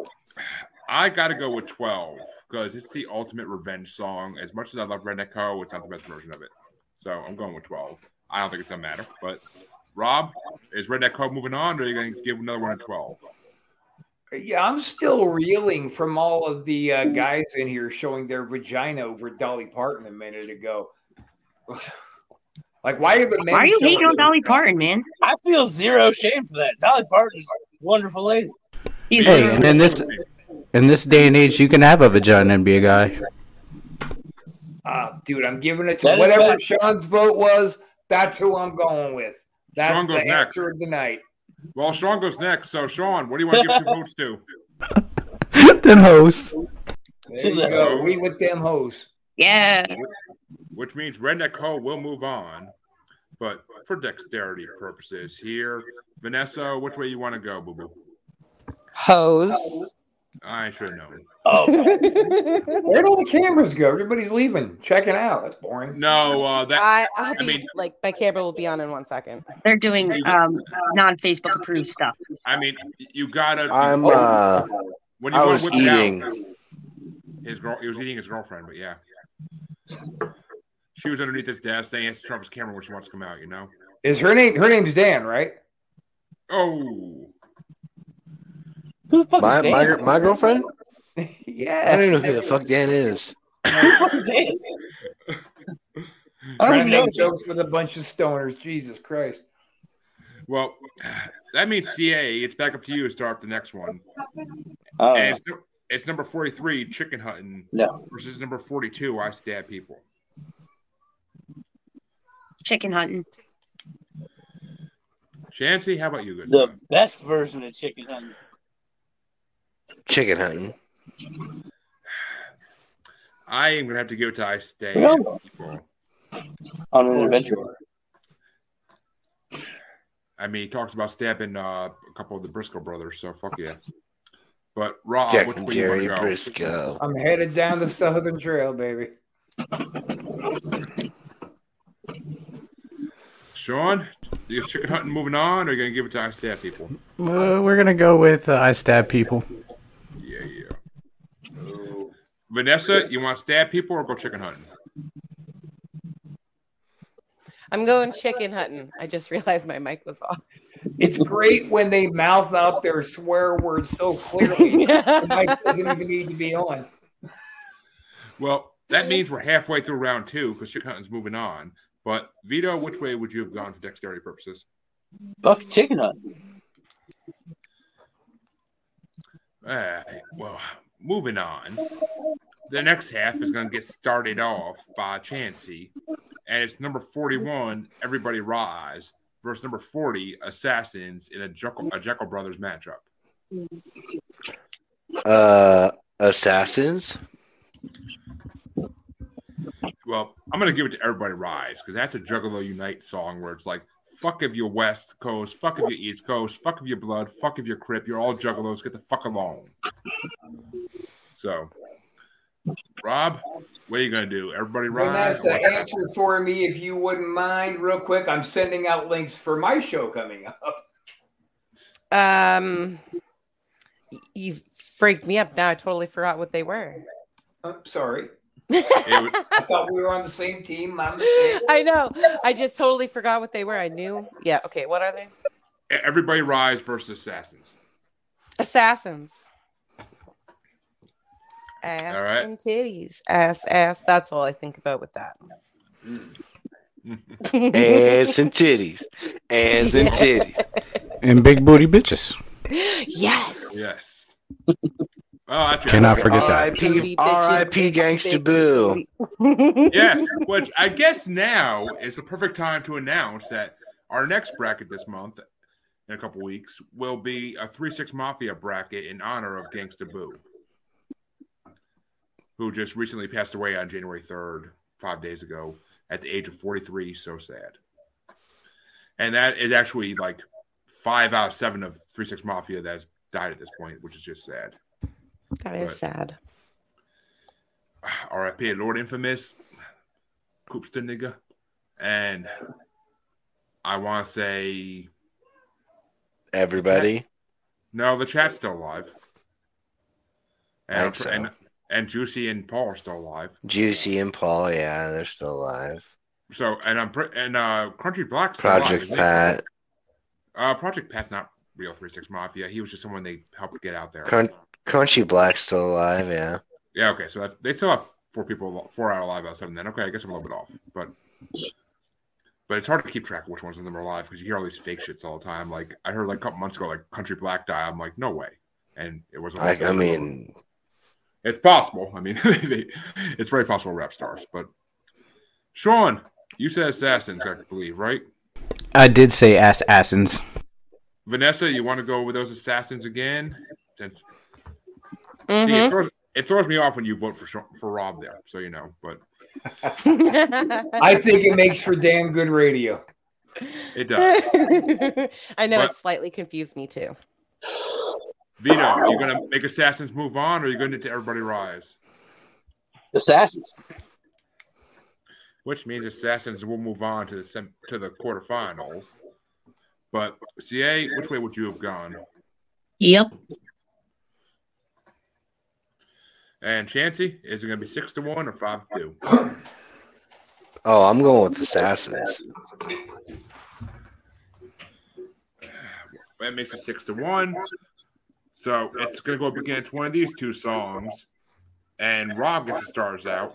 I got to go with 12 because it's the ultimate revenge song. As much as I love Redneck Ho, it's not the best version of it. So I'm going with 12. I don't think it's going to matter. But Rob, is Redneck Ho moving on or are you going to give another one at 12?
Yeah, I'm still reeling from all of the uh, guys in here showing their vagina over Dolly Parton a minute ago. like, why are the men?
Why are you
showing
hating on
their-
Dolly Parton, man?
I feel zero shame for that. Dolly Parton is a wonderful lady.
Hey, and in this in this day and age, you can have a vagina and be a guy.
Ah, dude, I'm giving it to
That is
whatever
fact.
Sean's vote was. That's who I'm going with. That's
Sean
the
goes next.
answer of the night.
Well, Sean goes next. So, Sean, what do you want to give two votes to?
Them hoes.
There you go. We with them hoes.
Yeah.
Which means Redneck Ho will move on. But for dexterity purposes here, Vanessa, which way you want to go, boo boo?
Hose.
I should know.
Oh.
Where'd all the cameras go? Everybody's leaving, checking out. That's boring.
No, uh, that
I, I'll be,
mean-
like my camera will be on in one second.
They're doing um, non Facebook approved stuff.
I mean, you gotta.
I'm, uh,
when
I
go
was
whip it out-
eating.
his girl, he was eating his girlfriend, but yeah, she was underneath his desk saying it's Trump's camera when she wants to come out. You know.
Is her name? Her name's Dan, right?
Oh,
Who the fuck
My,
is Dan?
my, my girlfriend?
yeah.
I don't even know who the fuck Dan is.
Who the fuck is Dan?
I
I
don't
don't even know.
jokes with a bunch of stoners. Jesus Christ.
well, that means CA. It's back up to you to start the next one.
Oh,
And it's, nu- it's number forty-three, Chicken Hutton
no.
versus number forty-two, I Stab People.
Chicken hunting.
Chancy, how about you? Good.
The best version of chicken hunting.
Chicken hunting.
I am gonna have to give it to I Stab
Really?
People.
On an adventure.
I mean, he talks about stabbing uh, a couple of the Briscoe brothers, so fuck yeah. But Rob,
Jack
which
and
way you want to
Jerry
go?
Briscoe.
I'm headed down the Southern Trail, baby.
Sean, you chicken hunting moving on, or you gonna give it to I stab people?
Uh, we're gonna go with uh, I stab people.
Yeah, yeah. Vanessa, you want to stab people or go chicken hunting?
I'm going chicken hunting. I just realized my mic was off.
It's great when they mouth out their swear words so clearly. the mic doesn't even need to be on.
Well, that means we're halfway through round two because chicken hunting's moving on. But Vito, which way would you have gone for dexterity purposes?
Fuck chicken hunting.
Uh, well, moving on. The next half is going to get started off by Chansey, and it's number 41, Everybody Rise, versus number 40, Assassins in a Jekyll, a Jekyll Brothers matchup.
Uh, assassins?
Well, I'm going to give it to Everybody Rise because that's a Juggalo Unite song where it's like, fuck if you're West Coast, fuck if you're East Coast, fuck if you're Blood, fuck if you're Crip, you're all Juggalos, get the fuck along. So, Rob, what are you going to do? Everybody Rise? or
Vanessa,
Assassins?
answer for me if you wouldn't mind, real quick. I'm sending out links for my show coming up.
Um, y- you freaked me up. Now I totally forgot what they were.
I'm Oh, sorry.
It was-
I thought we were on the same team. I'm
I know. I just totally forgot what they were. I knew. Yeah. Okay. What are they?
Everybody Rise versus Assassins.
Assassins. Ass
All right.
and titties. Ass, ass. That's all I think about with that.
Ass and titties. Ass and titties.
And big booty bitches.
yes.
Yes. Oh, I tried.
Cannot forget that.
R.I.P. R.I.P. Gangsta Boo.
yes, which I guess now is the perfect time to announce that our next bracket this month, in a couple weeks, will be a 3 6 Mafia bracket in honor of Gangsta Boo, who just recently passed away on January 3rd, five days ago, at the age of 43. So sad. And that is actually like five out of seven of 3 6 Mafia that has died at this point, which is just sad.
That is sad.
RIP Lord Infamous, Coopster nigga, and I want to say
Everybody.
no. The chat's still alive,
I
and
think so.
and, and Juicy and Paul are still alive.
Juicy and Paul, yeah, they're still alive.
So and I'm pre- and uh Crunchy Black's still alive,
Project
isn't he?
Pat.
Uh, Project Pat's not real Three Six Mafia. He was just someone they helped get out there.
Crun- Crunchy Black's still alive, yeah.
Yeah, okay. So that, they still have four people, al- four out alive out of seven. Then okay, I guess I'm a little bit off, but but it's hard to keep track of which ones of them are alive because you hear all these fake shits all the time. Like I heard like a couple months ago, like Country Black die. I'm like, no way, and it wasn't.
Like, I mean,
it's possible. I mean, they- it's very possible rap stars. But Sean, you said assassins, I believe, right?
I did say ass assins.
Vanessa, you want to go with those assassins again? Since- See, it,
Mhm.
throws, it throws me off when you vote for Sean- for Rob there, so you know. But
I think it makes for damn good radio.
it does.
I know
But-
it slightly confused me too.
Vito, are you gonna make assassins move on, or are you going to everybody rise?
Assassins.
Which means assassins will move on to the sem- to the quarterfinals. But CA, which way would you have gone?
Yep.
And Chansey, is it going to be six to one or five to two?
Oh, I'm going with Assassins.
That makes it six to one. So it's going to go up against one of these two songs, and Rob gets the stars out.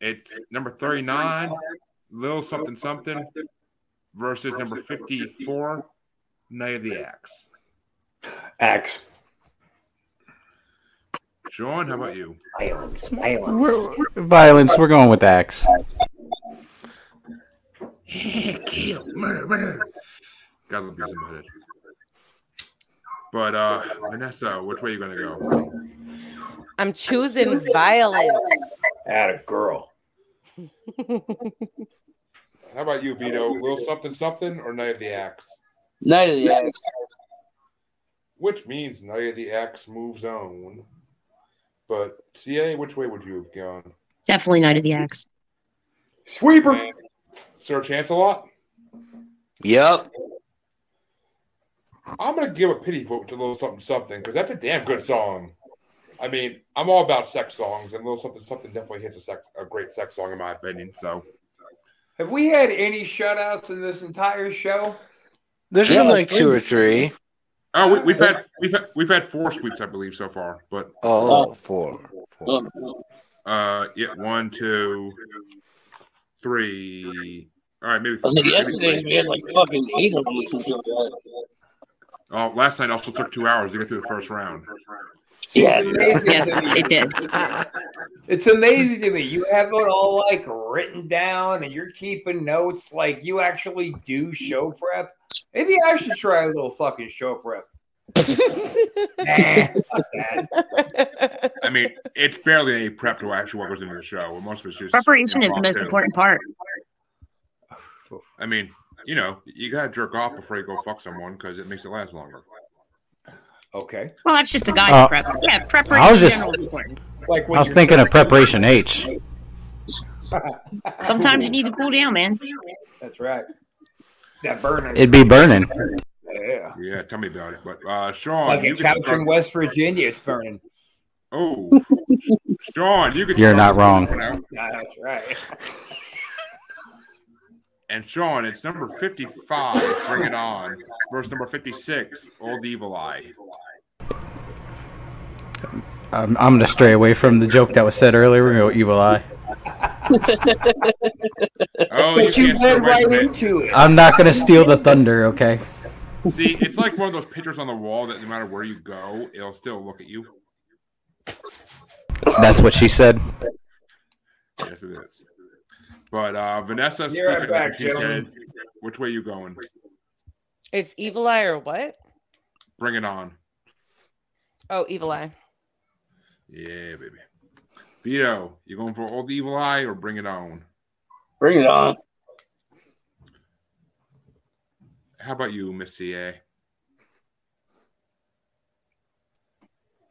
It's number thirty-nine, Lil Something Something, versus number fifty-four, Night of the Axe.
Axe.
Sean, how about you?
Violence, violence.
Violence. We're going with axe.
Kill, murder, murder. God love you, headed. But uh, Vanessa, which way are you going to go?
I'm choosing violence.
At a girl.
How about you, Vito? Lil Something Something or Night of the Axe?
Night of the Axe.
which means Night of the Axe moves on. But CA, which way would you have gone?
Definitely Knight of the Axe.
Sweeper.
Sir Chancelot?
Yep.
I'm gonna give a pity vote to Little Something Something because that's a damn good song. I mean, I'm all about sex songs, and Little Something Something definitely hits a, sex, a great sex song in my opinion. So
Have we had any shutouts in this entire show?
There's
Yeah,
been like
three.
two or three.
oh, we, we've had we've had, we've had four sweeps, I believe, so far. But
Oh, four.
uh, yeah, one, two, three. All right, maybe.
I was like,
maybe
yesterday
three.
we had like fucking eight of them or something like that.
Oh, last night also took two hours to get through the first round.
Yeah. Yes,
it did.
It's amazing to me. You have it all like written down and you're keeping notes like you actually do show prep. Maybe I should try a little fucking show prep.
I mean, it's barely any prep to actually what goes into the show. and Most of it's just
Preparation is the most
impromptu.
important part.
I mean, you know, you gotta jerk off before you go fuck someone because it makes it last longer.
Okay.
Well, that's just a guy's
Uh,
prep. Yeah, preparation
I was just-
in general is important.
Like
I was thinking of preparation H.
Sometimes you need to cool down, man.
That's right. That burner.
It'd be burning.
Yeah.
Yeah, tell me about it. But uh, Sean,
Like
you
a
can
couch
start-
in West Virginia, it's burning.
Oh, Sean, you can.
You're not wrong.
Yeah, that's right.
And Sean, it's number fifty-five. Bring it on. Verse number fifty-six. Old Evil Eye.
I'm, I'm gonna stray away from the joke that was said earlier. We're gonna go evil eye.
Oh,
but
you
you,
can't
led
stray away
right
from it.
into it.
I'm not gonna steal the thunder, okay?
See, it's like one of those pictures on the wall that no matter where you go, it'll still look at you.
That's what she said.
Yes, it is. But uh, Vanessa,
Be right
speaking of
back,
what she said,
gentlemen.
which way you going?
It's Evil Eye or what?
Bring it on.
Oh, Evil Eye.
Yeah, baby. Vito, you going for old evil eye or bring it on?
Bring it on.
How about you, Miss CA?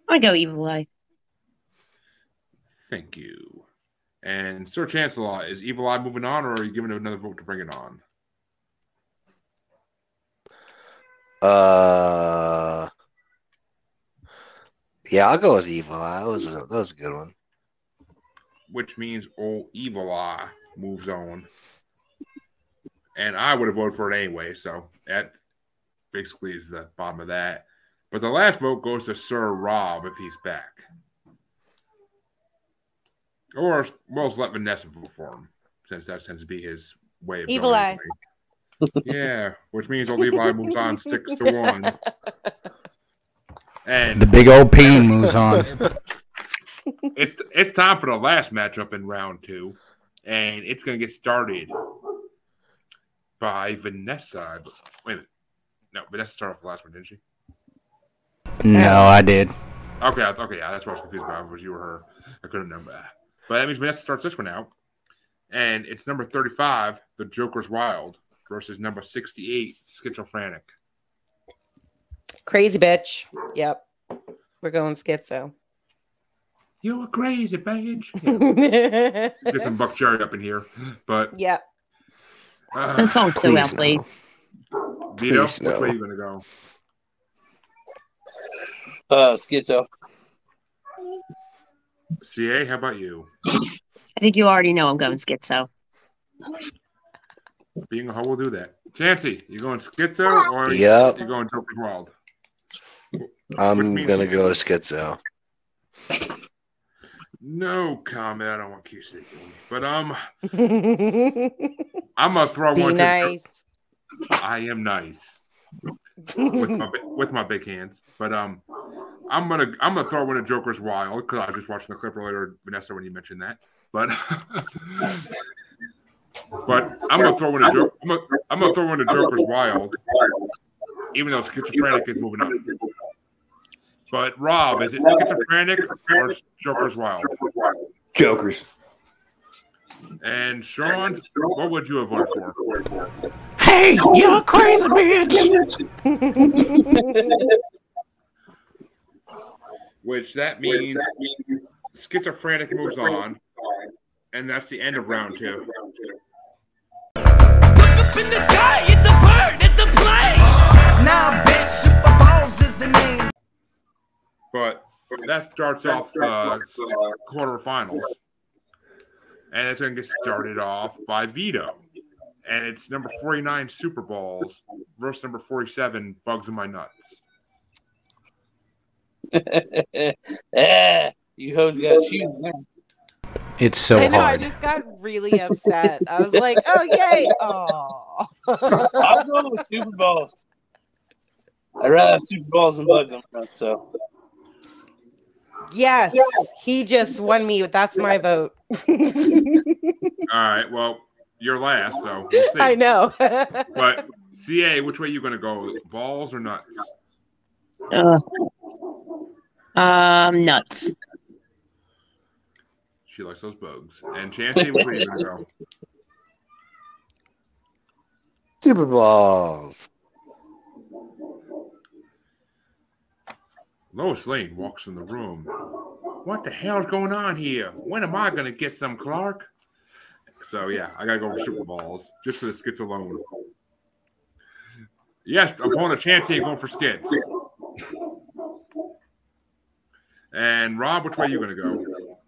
I go evil eye.
Thank you. And Sir Chancellor, is Evil Eye moving on, or are you giving it another vote to bring it on?
Uh, yeah, I'll go with Evil Eye. That was a, that was a good one.
Which means old Evil Eye moves on. And I would have voted for it anyway, so that basically is the bottom of that. But the last vote goes to Sir Rob if he's back. Or we'll just let Vanessa vote for him, since that tends to be his way of
Evil
going
Eye.
anyway. yeah, which means old Evil Eye moves on six to one. And
The big old peen moves on.
it's it's time for the last matchup in round two, and it's going to get started by Vanessa. Wait a minute, no, Vanessa started off the last one, didn't she?
No, I did.
Okay, I- okay, yeah, that's what I was confused about. Was you or her? I couldn't remember. But that means Vanessa starts this one out, and it's number thirty-five, The Joker's Wild, versus number sixty-eight, Schizophrenic.
Crazy bitch. Yep. We're going schizo.
You were crazy, bitch. Get some
yep.
Buck Cherry up in here, but uh,
That song's so outplayed.
Vito,
Please
which
Ah, no.
way are you going to go?
Uh, schizo.
CA, how about you?
I think you already know I'm going schizo.
Being a hoe will do that. Chancy, you going schizo or
Yep.
you going Joker's Wild?
I'm gonna go Schizo.
No comment. I don't want to keep sneaking. But um, I'm gonna throw
Be
one. to-
nice.
I am nice with my bi- with my big hands. But um, I'm gonna I'm gonna throw one at Joker's Wild because I was just watching the clip earlier, Vanessa, when you mentioned that. But but I'm gonna throw one at Joker. I'm gonna, I'm gonna throw one at Joker's Wild, even though schizophrenic is moving up. But Rob, is it schizophrenic or Joker's Wild?
Jokers.
And Sean, what would you have voted for?
Hey, you're a crazy bitch.
Which that means schizophrenic moves on, and that's the end of round two.
In the sky, it's a bird, it's a plane. Now, bitch, Super Bowls is the name.
But that starts off uh, quarterfinals, and it's going to get started off by Vito, and it's number forty-nine Super Bowls versus number forty-seven Bugs in My Nuts.
ah, you hoes got shoes now.
It's so
I know. I
hard.
just got really upset. I was like, oh, yay. Oh.
I'll go with Super Balls. I'd rather have Super Balls and Bugs in front, so.
yes. He just won me. That's my vote.
All right, well, you're last, so we'll see.
I know.
But CA, which way you going to go? Balls or nuts?
Ugh. Um, nuts.
She likes those bugs. And Chancy, which way you going to go?
Super Balls.
Lois Lane walks in the room. What the hell's going on here? When am I gonna get some Clark? So yeah, I gotta go for Super Balls just for the skits alone. Yes, upon a chance here, going for skits. And Rob, which way are you gonna go?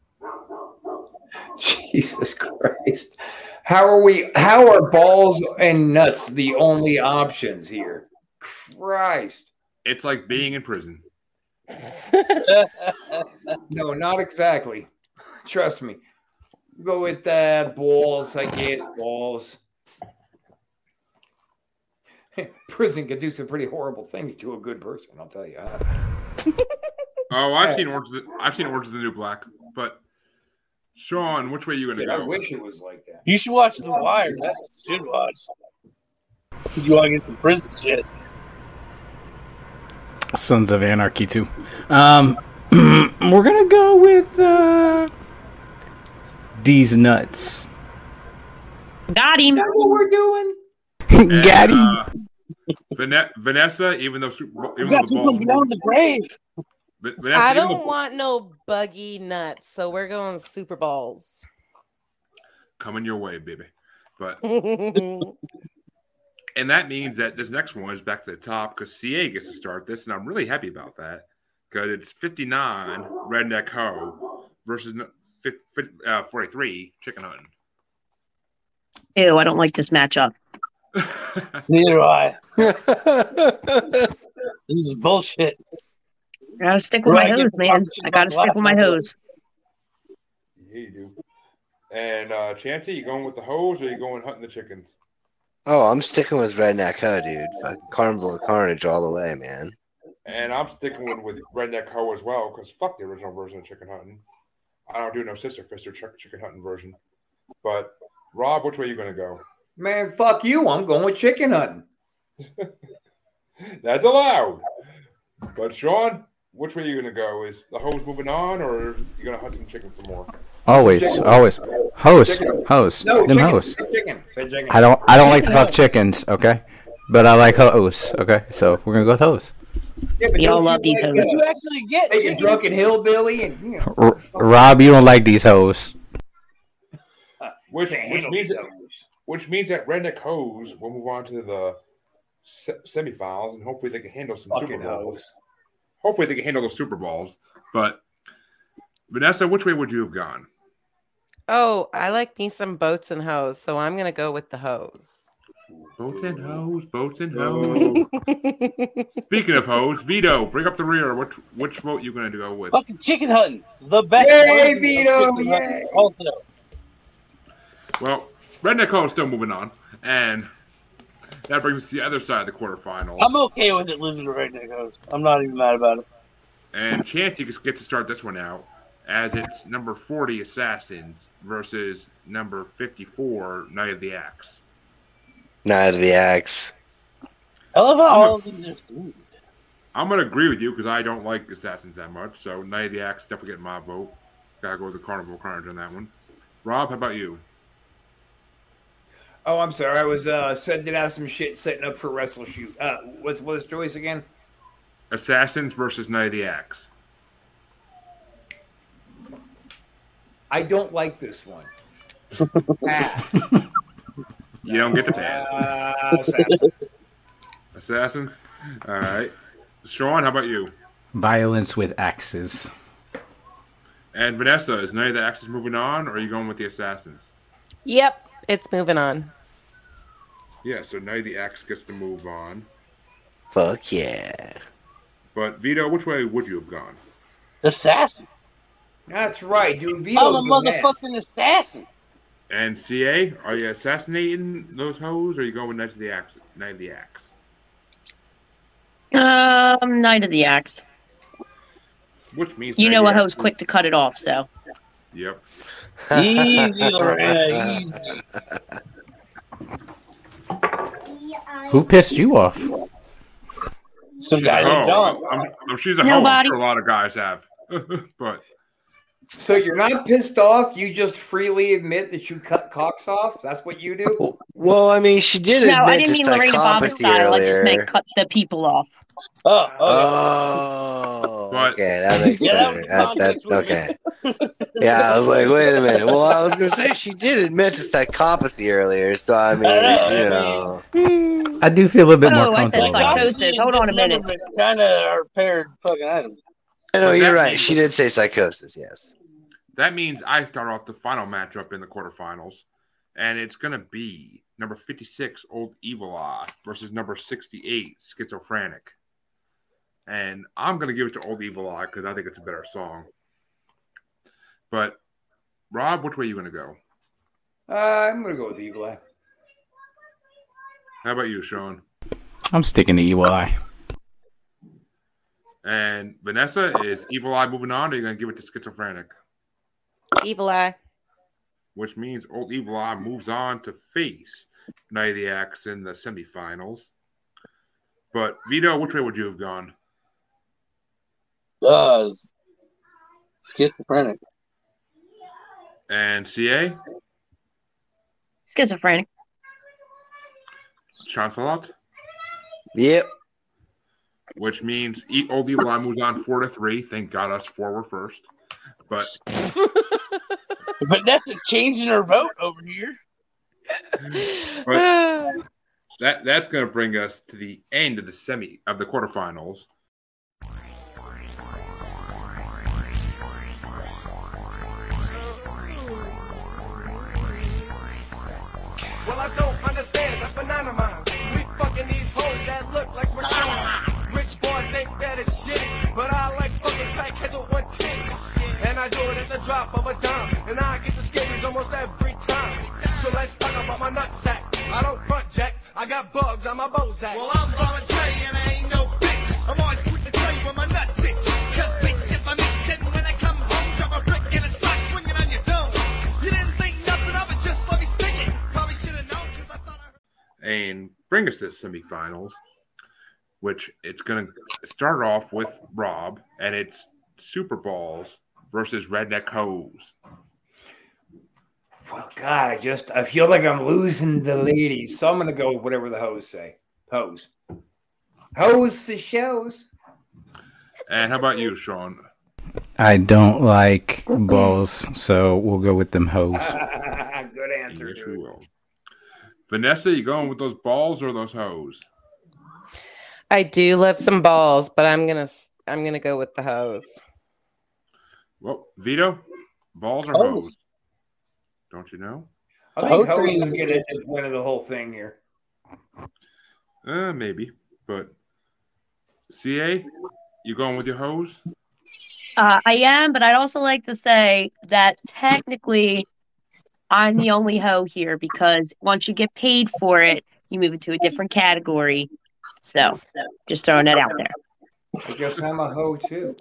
Jesus Christ. How are we? How are balls and nuts the only options here? Christ.
It's like being in prison.
No, not exactly. Trust me. Go with uh, balls, I guess. Balls. Prison could do some pretty horrible things to a good person, I'll tell you. huh?
Oh, I've seen Orange. Is the, I've seen Orange is the New Black. But Sean, which way you gonna
I
go?
wish it was like that.
You should watch The Wire. That's what you should watch. You want to get some prison shit.
Sons of Anarchy too. Um, we're gonna go with uh, D's nuts.
Got him.
That's what we're doing.
And,
Got him.
uh, Vane- Vanessa, even though Super Bowl, even though the ball,
beyond the grave.
Va- Vanessa,
I
even though
don't want no buggy nuts, so we're going Super Bowls.
coming your way, baby. But
Wait,
and that means that this next one is back to the top because CA gets to start this, and I'm really happy about that because it's 59 Redneck Ho versus n- fif- fif- uh, 43 Chicken Hunt.
Ew, I don't like this matchup.
Neither do I. this is bullshit.
I gotta stick with
Right,
my hose,
get the
man. I gotta stick with my hose.
Yeah, you do. And uh, Chancey, you going with the hose or you going hunting the chickens?
Oh, I'm sticking with Redneck Ho, dude. Fucking Carnival of Carnage all the way, man.
And I'm sticking with, with Redneck Ho as well because fuck the original version of Chicken Hunting. I don't do no Sister Fister chick- Chicken Hunting version. But Rob, which way you going to go?
Man, fuck you. I'm going with chicken hunting.
That's allowed. But Sean, which way are you going to go? Is the hose moving on or are you going to hunt some chicken some more?
Always, always. Hose, hose,
No,
them
chicken.
hose.
Chicken. Say chicken.
I don't, I don't like to fuck chickens, okay? But I like hose, okay? So we're gonna go with hose.
We all love these hoes.
Did you actually get
They get drunken hillbilly and you know,
R- Rob, you don't like these hoes.
Which,
Can't
which
handle
means
these
that, which means that redneck hose will move on to the se- semifinals and hopefully they can handle some Super
Fucking
Bowls. Hopefully they can handle those Super Bowls. But Vanessa, which way would you have gone?
Oh, I like me some boats and hose, so I'm gonna go with the hose.
Boats and hose, boats and hose. Speaking of hose, Vito, bring up the rear. Which which vote you going to go with?
Fucking chicken hunting. The best.
Yay,
version of
Vito,
chicken hunting
yay.
Also,
Well, redneck hose still moving on, and that brings us to the other side of the quarterfinals.
I'm okay with it losing to Redneck Host. I'm not even mad about it.
And Chance, you get to start this one out as it's number 40 Assassins versus number 54 Knight of the Axe.
Night of the Axe.
I love how all of them just. Ooh.
I'm going to agree with you because I don't like Assassins that much. So Knight of the Axe definitely getting my vote. Gotta go with the Carnival Carnage on that one. Rob, how about you?
Oh, I'm sorry. I was uh sending out some shit setting up for wrestle shoot. Uh what's what's choice again?
Assassins versus Knight of the Axe.
I don't like this one. Pass.
You don't get to pass.
Uh, assassin.
Assassins? All right. Sean, how about you?
Violence with axes.
And Vanessa, is Knight of the Axe moving on or are you going with the Assassins?
Yep, it's moving on.
Yeah, so Knight of the Axe gets to move on.
Fuck yeah.
But Vito, which way would you have gone?
Assassin.
That's right, dude. Vito's
I'm a
the man.
motherfucking assassin.
And CA, are you assassinating those hoes or are you going with Knight of the Axe? Knight of the Axe.
Um, Knight of the Axe.
Which means
You
Knight
know
of
a
the
hoe's
Axe
quick to cut it off, so.
is- Yep.
Easy, Lorena. Easy.
Who pissed you off?
Some
She's a
guy named
hoe.
John.
Oh, I'm, I'm- she's a hoe. I'm
Nobody.
sure a lot of guys have. but
So you're not pissed off, you just freely admit that you cut cocks off? That's what you do?
Well, I mean, she did
No,
admit
I didn't
to
mean Lorena Bobbitt
psychopathy
style. I just
earlier.
meant cut the people off.
Oh, oh,
Oh,
But-
okay, that makes
Yeah, that
better.
was
That,
context,
that,
wasn't
okay. yeah, I was like, wait a minute. Well, I was gonna say she did admit to psychopathy earlier, so I mean,
know,
you
I
know,
I do feel a little bit
Oh,
more
I said
comfortable. about it.
psychosis. Hold on a minute.
Kind of are paired fucking items.
I know
But
you're
that
right.
means-
She did say psychosis. Yes.
that means I start off the final matchup in the quarterfinals. And it's going to be number 56, Old Evil Eye, versus number 68, Schizophrenic. And I'm going to give it to Old Evil Eye because I think it's a better song. But Rob, which way you going to go?
Uh, I'm gonna go with Evil Eye.
How about you, Sean?
E
I'm sticking to EY.
And Vanessa is Evil Eye moving on. Or you gonna give it to Schizophrenic,
Evil Eye.
which means Old Evil Eye moves on to face Nidiacs in the semifinals. But Vito, which way would you have gone?
Does schizophrenic.
And CA,
Schizophrenic.
Chancelot,
Yep.
which means e- Old Evil Eye moves on four to three. Thank God us four were first. But
But that's a change in her vote over here.
But that that's going to bring us to the end of the semi of the quarterfinals.
Well, I don't understand the phenomenon. We fucking these hoes that look like vagina. Rich boy think that it's shitty, but I like fucking fat kids with one tit. And I do it at the drop of a dime, and I get the skimmies almost every time. So let's talk about my nutsack. I don't front jack, I got bugs on my Bozak. Well, I'm Baller J and I ain't no bitch. I'm always quick to tell you when my nuts itch. Cause bitch, if I'm itching, when I come home, drop a brick in a sock, swinging on your dome. You didn't think nothing of it, just let me stick it. Probably should've known.
and bring us to the semifinals, which it's going to start off with Rob, and it's Super Balls versus Redneck Hose.
Well, God, I just I feel like I'm losing the ladies, so I'm gonna go with whatever the hoes say. Hose, hose for shows.
And how about you, Sean?
I don't like balls, so we'll go with them hoes.
Good answer.
Yes, we will. Vanessa, you going with those balls or those hoes?
I do love some balls, but I'm gonna s- I'm gonna go with the hose.
Well, Vito, balls or
Hose.
hose? Don't you know?
I think hose is gonna just win the whole thing here.
Uh, maybe, but CA, you going with your hose?
Uh, I am, but I'd also like to say that technically I'm the only hoe here because once you get paid for it, you move into a different category. So just throwing that out there.
I guess I'm a hoe too.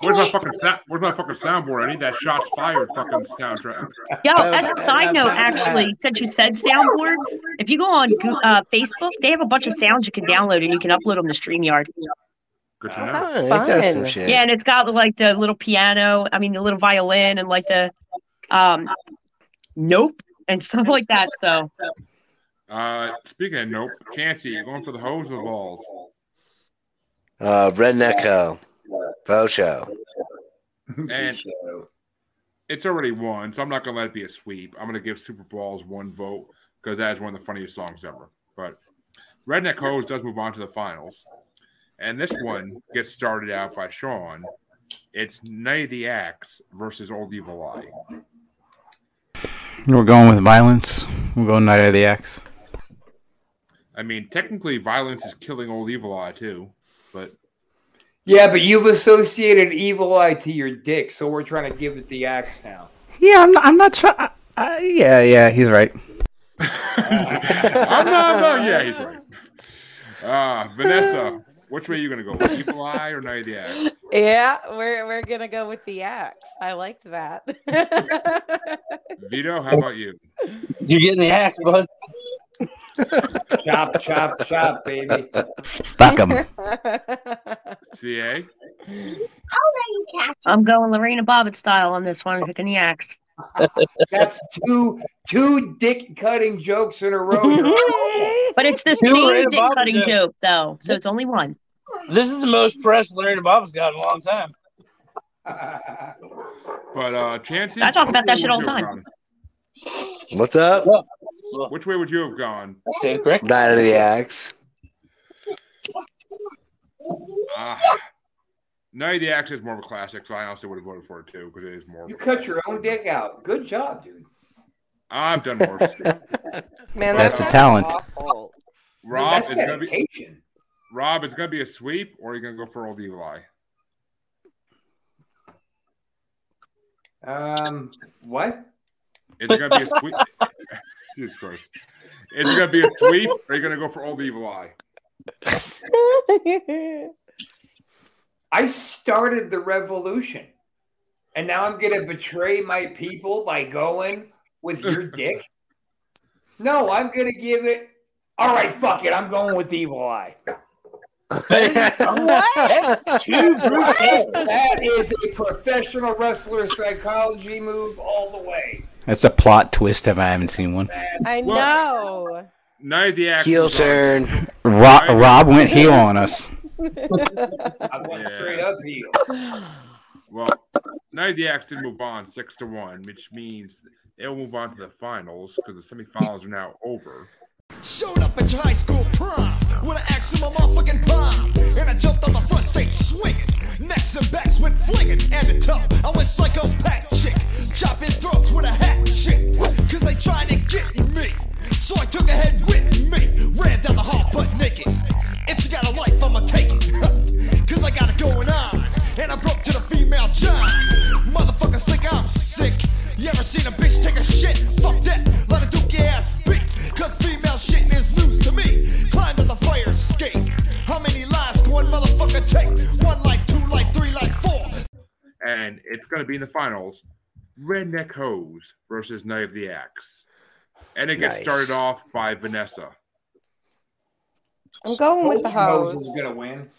Where's my fucking sound? Where's my fucking soundboard? I need that shots fired fucking soundtrack.
Yo, as a side note, actually, since you said soundboard, if you go on Goo- uh, Facebook, they have a bunch of sounds you can download and you can upload them to StreamYard.
Good
Oh,
to know.
Yeah, and it's got like the little piano, I mean, the little violin and like the um, nope and stuff like that. So
Uh, speaking of nope, Chancey, you going for the hose or the balls?
Uh, Redneck Ho. Faux show.
And it's already won, so I'm not gonna let it be a sweep. I'm gonna give Super Balls one vote because that is one of the funniest songs ever. But Redneck Hose does move on to the finals, and this one gets started out by Sean. It's Night of the Axe versus Old Evil Eye.
We're going with violence. We'll go Night of the Axe.
I mean, technically, violence is killing Old Evil Eye too, but
Yeah, but you've associated evil eye to your dick, so we're trying to give it the axe now.
Yeah, I'm not. I'm not trying. Uh, yeah, yeah, he's right.
I'm not, I'm not- yeah, he's right. Uh, Vanessa, which way are you gonna go? Evil Eye or Night of the Axe?
Yeah, we're we're gonna go with the axe. I liked that.
Vito, how about you?
You're getting the axe, bud.
chop, chop, chop, baby.
Fuck 'em.
CA?
I'm going Lorena Bobbitt style on this one, picking the axe.
That's two two dick cutting jokes in a row.
But it's the
You were in
same
a
dick
Bobbitt
cutting
joke.
joke, though, so it's only one.
This is the most press Larry Bob's got in a long time.
But uh Chancey,
I talk about that shit all
which
the
way would you
time.
What's
have
up?
gone? Which way would you have gone?
Stand correct.
Night of the Axe.
Uh, no, the axe is more of a classic, so I honestly would have voted for it too because it is more. of
You
a
cut your own dick out. Good job, dude.
I've done worse.
Man,
That's a talent.
awful.
Rob
That's
is gonna be
dedication.
Rob is gonna be a sweep, or are you gonna go for old Eli?
Um, what?
Is it gonna be a sweep? Jesus Christ! Is it gonna be a sweep, or are you gonna go for old Eli?
I started the revolution, and now I'm going to betray my people by going with your dick. No, I'm going to give it. All right, fuck it. I'm going with Evil Eye.
What?
Too brutal.
What?
That is a professional wrestler psychology move all the way.
That's a plot twist if I haven't seen one.
I know.
Now the action.
Heel turn.
Rob, Rob went heel on us.
I went straight up heel.
Well, now the Axe did move on six to one, which means they'll move on to the finals because the semifinals are now over.
Showed up at your high school prom with an axe in my motherfucking palm, and I jumped on the front stage swinging. Necks and backs went flinging, and the top I went psychopath chick, chopping throats with a hat shit, cause they tried to get me. So I took a head with me, ran down the hall butt naked. If you got a life, I'ma take it, cause I got it going on, and I broke to the female John. Motherfuckers think I'm sick. You ever seen a bitch take a shit? Fuck that, let her duke your ass beat. Cause female shitting is news to me. Climb to the fire escape. How many lives can one motherfucker take? One life, two life, three life, four.
and it's going to be in the finals Redneck Hose versus Knight of the Axe. And it gets
Nice.
started off by Vanessa.
I'm going with the
Told you Moses
hose.
was gonna win.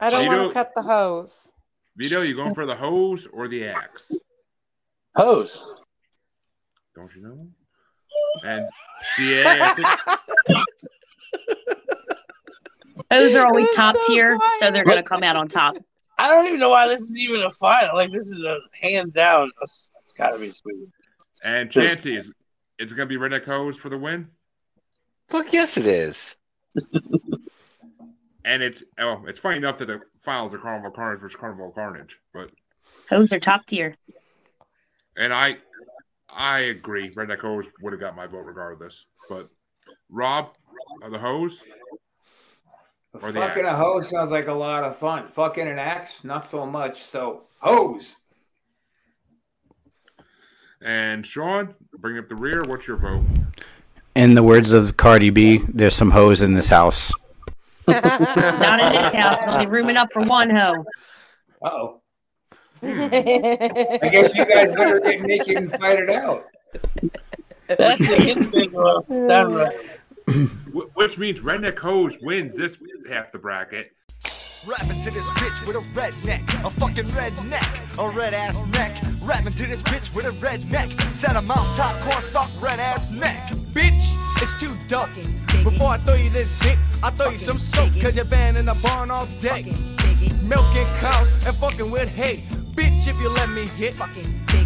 I don't
You
want
don't-
to cut the hose.
Vito, you going for the hose or the axe?
Hose.
Don't you know? And CA, I think,
Those are always
It's
top
so
tier, so they're gonna
quiet.
come out on top.
I don't even know why this is even a final. Like this is a hands down. It's it's gotta be sweet.
and Chanty, is, it's going to be Redneck Hose for the win.
Fuck yes, it is.
And it's oh, it's funny enough that the finals are Carnival Carnage versus Carnival Carnage, but
Those are top tier.
and I I agree, Redneck Hose would have got my vote regardless. But Rob, are the hose or the
Fucking a
axe?
hose sounds like a lot of fun. Fucking an axe, not so much. So hose.
And Sean, bring up the rear. What's your vote?
In the words of Cardi B, there's some hoes in this house.
Not in this house. Only rooming up for one hoe.
Uh oh.
I
I guess you guys better get naked and fight it out.
That's the individual. That's right.
Wh- Which means Redneck Hose wins this half the bracket.
Rapping to this bitch with a redneck, a fucking redneck, a red ass neck. Rapping to this bitch with a redneck, set a mount top cornstalk red ass neck. Bitch, it's too dark. Before I throw you this dick, I throw you some soap, cause you're been in a barn all day. Milking cows and fucking with hay. Bitch, if you let me hit,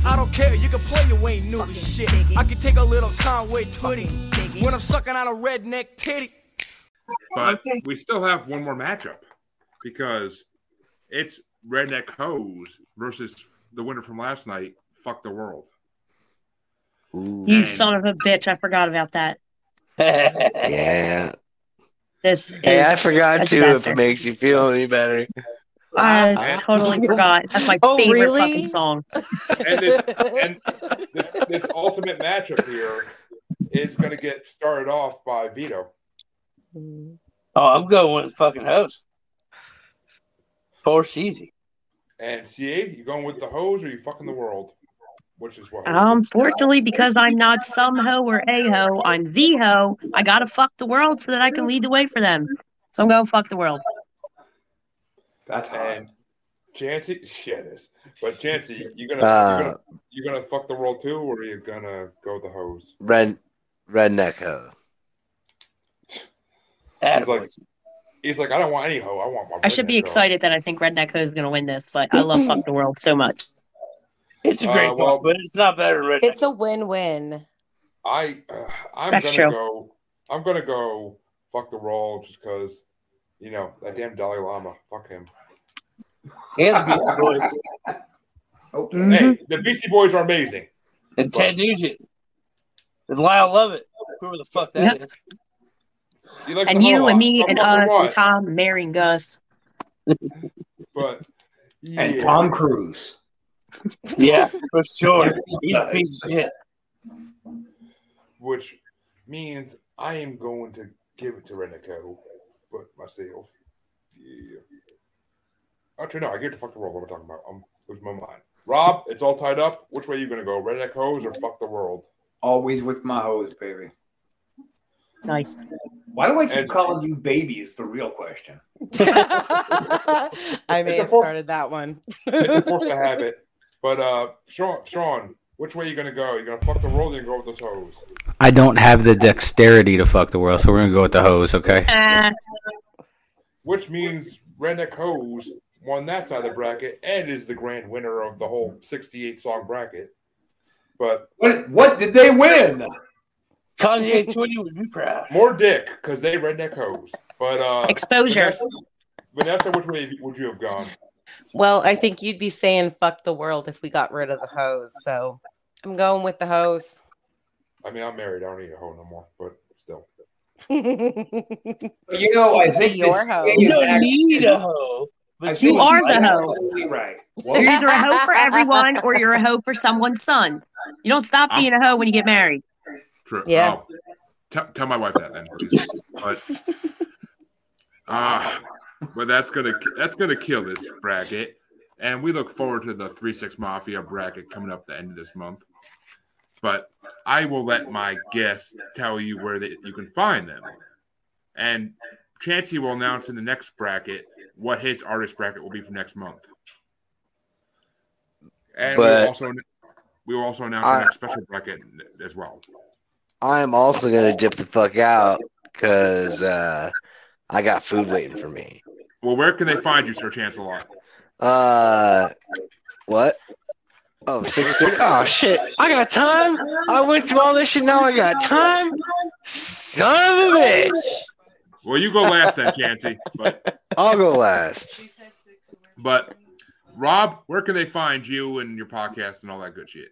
I don't care, you can play, you ain't new to shit. I can take a little Conway Twitty when I'm sucking on a redneck titty.
But we still have one more matchup because it's Redneck Hose versus the winner from last night, Fuck the World.
You son of a bitch! I forgot about that.
Yeah.
This.
Hey,
is
I forgot
a
too. If
disaster.
it makes you feel any better.
I totally forgot. That's my
Oh,
favorite
really?
fucking song.
and this, and this, this ultimate matchup here is going to get started off by Vito.
Oh, I'm going with fucking hose. Force easy.
And CA, you going with the hose or you fucking the world? Which is what?
Um,
Unfortunately, because I'm not some hoe or a hoe, I'm the hoe. I gotta fuck the world so that I can lead the way for them. So I'm going to fuck the world.
That's
and Chancy, shit is. But Chancy, you gonna,
Uh.
you gonna you gonna fuck the world too, or are you gonna go with the hose?
Red, redneck hoe.
He's like, he's like, I don't want any hoe. I want my.
I should be
redneck hoe."
excited that I think Redneck Hoe is going to win this, but I love Fuck the World so much.
It's a great
Uh,
song,
well-
Oh, but it's not better than Red.
It's a win-win.
I uh, I'm
That's
gonna
true.
go. I'm gonna go. Fuck the roll, just because you know that damn Dalai Lama. Fuck him.
And the Beastie Boys.
Okay.
Hey,
Mm-hmm.
the Beastie Boys are amazing.
And Ted Nugent. And Lyle Lovett. Whoever the fuck that is.
Yep.
You like
And
the
you
Mohawk.
and me
I'm
and
fucking
us
right.
and Tom marrying Gus.
But
And
yeah.
Tom Cruise.
Yeah, for sure. He's a piece of shit.
which means I am going to give it to Renico, but myself. Yeah. Actually, no, I get to fuck the world. What am I talking about? I'm losing my mind. Rob, it's all tied up. Which way are you going to go? Redneck hose or fuck the world?
Always with my hose, baby.
Nice.
Why do I keep calling you baby? Is the real question.
I may
It's a
have
force-
started that one.
It's a force of habit. But uh, Sean, Sean, which way are you going to go? you going to fuck the world or you going to go with this hose?
I don't have the dexterity to fuck the world, so we're gonna go with the hose, okay?
Uh,
Which means Redneck Hose won that side of the bracket and is the grand winner of the whole 68 song bracket. But
what, what did they win?
Kanye Twitty would be proud.
More dick because they redneck hose. But uh,
Exposure.
Vanessa, Vanessa, which way would you have gone?
Well, I think you'd be saying fuck the world if we got rid of the hose. So I'm going with the hose.
I mean, I'm married. I don't need a hoe no more. But still,
You know, I think
Your
this
hoe.
is
You don't
actually-
need a
hoe,
I
but
think
you are the
might be
hoe.
absolutely Right.
You're either a hoe for everyone or you're a hoe for someone's son. You don't stop
Ah.
being a hoe when you get married.
True.
Yeah.
Oh, tell- tell my wife that then, please. But ah, but that's gonna that's gonna kill this bracket, and we look forward to the three six mafia bracket coming up the end of this month. But I will let my guests tell you where they, you can find them, and Chancey will announce in the next bracket what his artist bracket will be for next month. And
But-
we'll also we will also announce
I-
the next special bracket as well.
I'm also gonna dip the fuck out because uh, I got food waiting for me.
Well, where can they find you, Sir Chancellor?
Uh, what? Oh, six thirty. Oh shit! I got time. I went through all this shit. Now I got time. Son of a bitch.
Well, you go last then, Chancey. But
I'll go last.
But Rob, where can they find you and your podcast and all that good shit?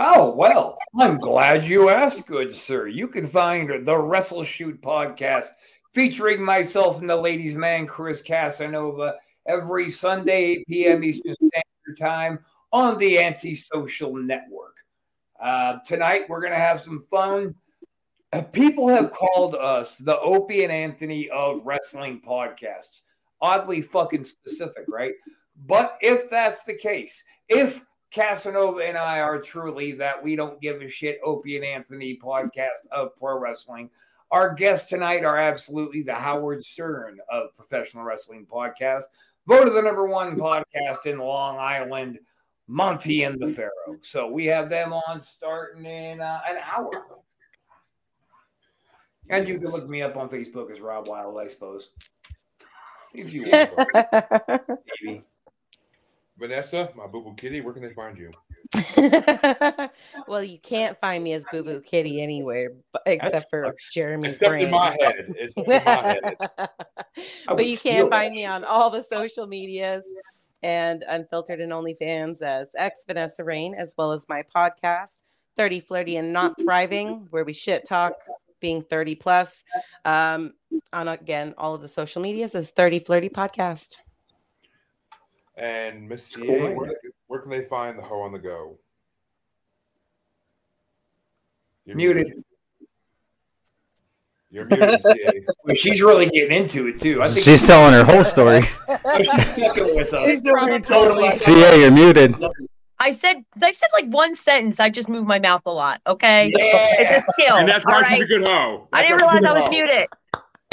Oh, well, I'm glad you asked, good sir. You can find the Wrestle Shoot podcast featuring myself and the ladies' man, Chris Casanova, every Sunday, 8 p.m. Eastern Standard Time on the Antisocial Network. Uh, tonight, we're going to have some fun. Uh, People have called us the Opie and Anthony of wrestling podcasts. Oddly fucking specific, right? But if that's the case, if Casanova and I are truly that we don't give a shit Opie and Anthony podcast of pro wrestling, our guests tonight are absolutely the Howard Stern of professional wrestling podcast, voted the number one podcast in Long Island, Monty and the Pharaoh. So we have them on starting in uh, an hour. And you can look me up on Facebook as Rob Wild, I suppose. If you want. Maybe.
Vanessa, my boo boo kitty, where can they find you?
well, you can't find me as Boo Boo Kitty anywhere but, except for Jeremy's
Except
brain.
in my head. It's in my head.
but
would
you
steal
can find me on all the social medias and unfiltered and OnlyFans as ex Vanessa Rain, as well as my podcast, 30 Flirty and Not Thriving, where we shit talk being 30 plus. Um, on again, all of the social medias is 30 Flirty Podcast.
And Miss CA,
Cool.
where, where can they find the hoe on the go? You're
Muted.
You're muted, CA.
Well, she's really getting into it too. I think
She's telling her whole story.
Well, she's fucking with us.
She's doing her
totally.
CA, you're muted.
I said I said like one sentence. I just move my mouth a lot. Okay.
Yeah.
It's a skill.
And that's
all
why she's
right?
a good hoe.
I didn't
That's why she's
realize
a
I was
hoe.
muted.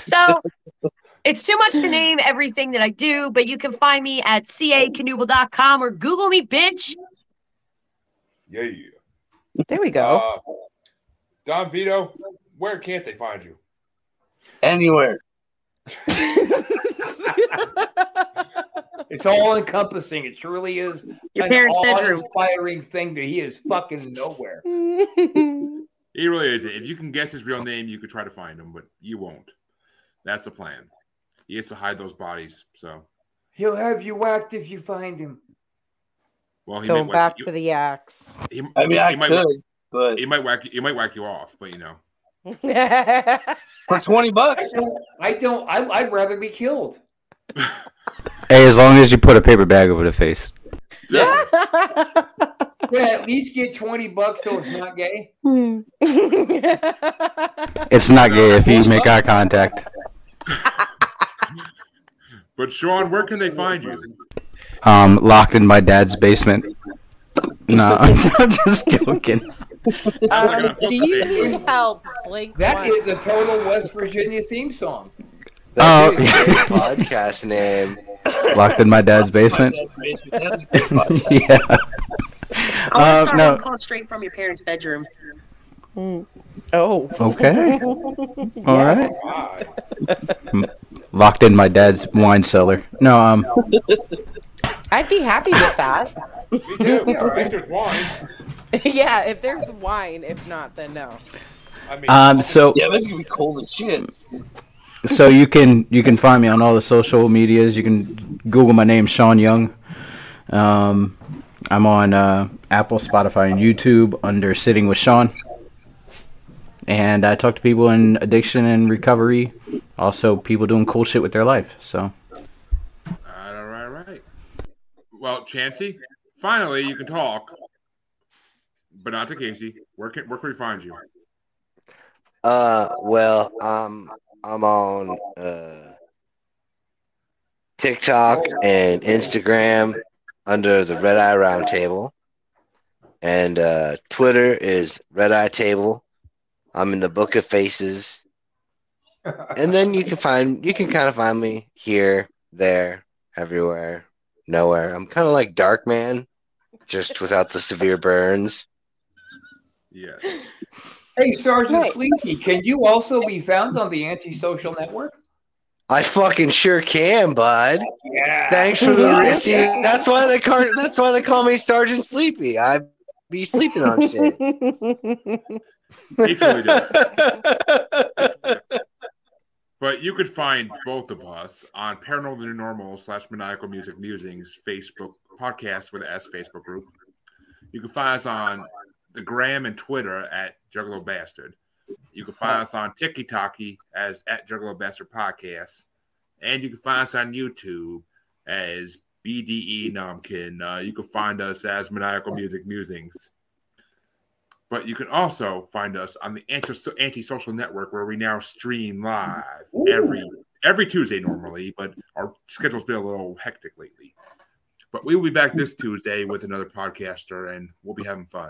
So it's too much to name everything that I do, but you can find me at cacanubel.com or Google me, bitch.
Yeah, yeah.
There we go.
Uh, Don Vito, where can't they find you?
Anywhere.
It's all encompassing. It truly is
Your
an
parents' bedroom.
inspiring thing that he is fucking nowhere.
He really isn't. If you can guess his real name, you could try to find him, but you won't. That's the plan. He has to hide those bodies. So,
He'll have you whacked if you find him.
well, he
Going
might
back
whack you.
to the axe.
He,
I mean,
he
I
might,
could, but
he might whack you. He might whack you off, but you know.
for twenty bucks,
I don't. I, I'd rather be killed.
Hey, as long as you put a paper bag over the face.
gonna at least get twenty bucks so it's not gay?
Hmm.
It's not gay if you make eye contact.
But Sean, where can they find you?
Um, locked in my dad's basement. No, I'm, just joking.
Um, do you need help, Blink?
That
one?
is a total West Virginia theme song.
Oh,
podcast name.
locked in my dad's basement. yeah.
I'll
Uh,
start
no.
one called straight from your parents' bedroom.
Oh.
Okay. All right.
right.
Locked in my dad's wine cellar. No, um,
I'd be happy with that.
there's wine.
yeah, if there's wine, if not, then no.
I mean,
Um, so-
yeah, this is gonna be cold as shit.
so you can you can find me on all the social medias. You can Google my name, Sean Young. Um, I'm on uh, Apple, Spotify, and YouTube under Sitting with Sean. And I talk to people in addiction and recovery, also people doing cool shit with their life. So
All right, all right. Well, Chansey, finally you can talk, but not to Casey. Where can where can we find you?
Uh, well, um, I'm on uh, TikTok and Instagram under the Red Eye Roundtable, and uh, Twitter is Red Eye Table. I'm in the Book of Faces, and then you can find you can kind of find me here, there, everywhere, nowhere. I'm kind of like Dark Man, just without the severe burns.
Yes.
Hey, Sergeant
Nice.
Sleepy, can you also be found on the antisocial network?
I fucking sure can, bud.
Yeah.
Thanks for the risky. That's why they car- That's why they call me Sergeant Sleepy. I be sleeping on shit.
But you could find both of us on Paranormal New Normal slash Maniacal Music Musings Facebook podcast with a S Facebook group. You can find us on the gram and Twitter at Juggalo Bastard. You can find us on TikTok as at Juggalo Bastard Podcast. And you can find us on YouTube as BDE Nomkin. Uh, you can find us as Maniacal Music Musings. But you can also find us on the anti- anti-social network where we now stream live every every Tuesday normally, but our schedule's been a little hectic lately. But we will be back this Tuesday with another podcaster, and we'll be having fun.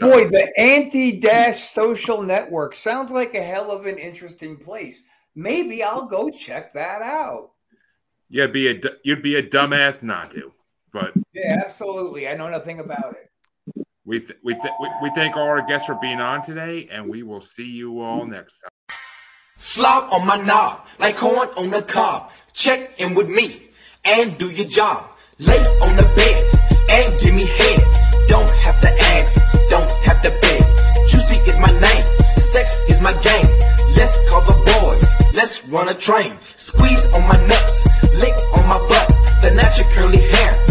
Boy, the anti dash social network sounds like a hell of an interesting place. Maybe I'll go check that out.
Yeah, be a du- you'd be a dumbass not to. But
Yeah, absolutely. I know nothing about it.
we th- we th- we- we thank all our guests for being on today, and we will see you all next time.
Slop on my knob, like corn on the cob. Check in with me and do your job. Lay on the bed and give me head. Don't have to ask, don't have to beg. Juicy is my name, sex is my game. Let's call the boys, let's run a train. Squeeze on my nuts, lick on my butt. The natural curly hair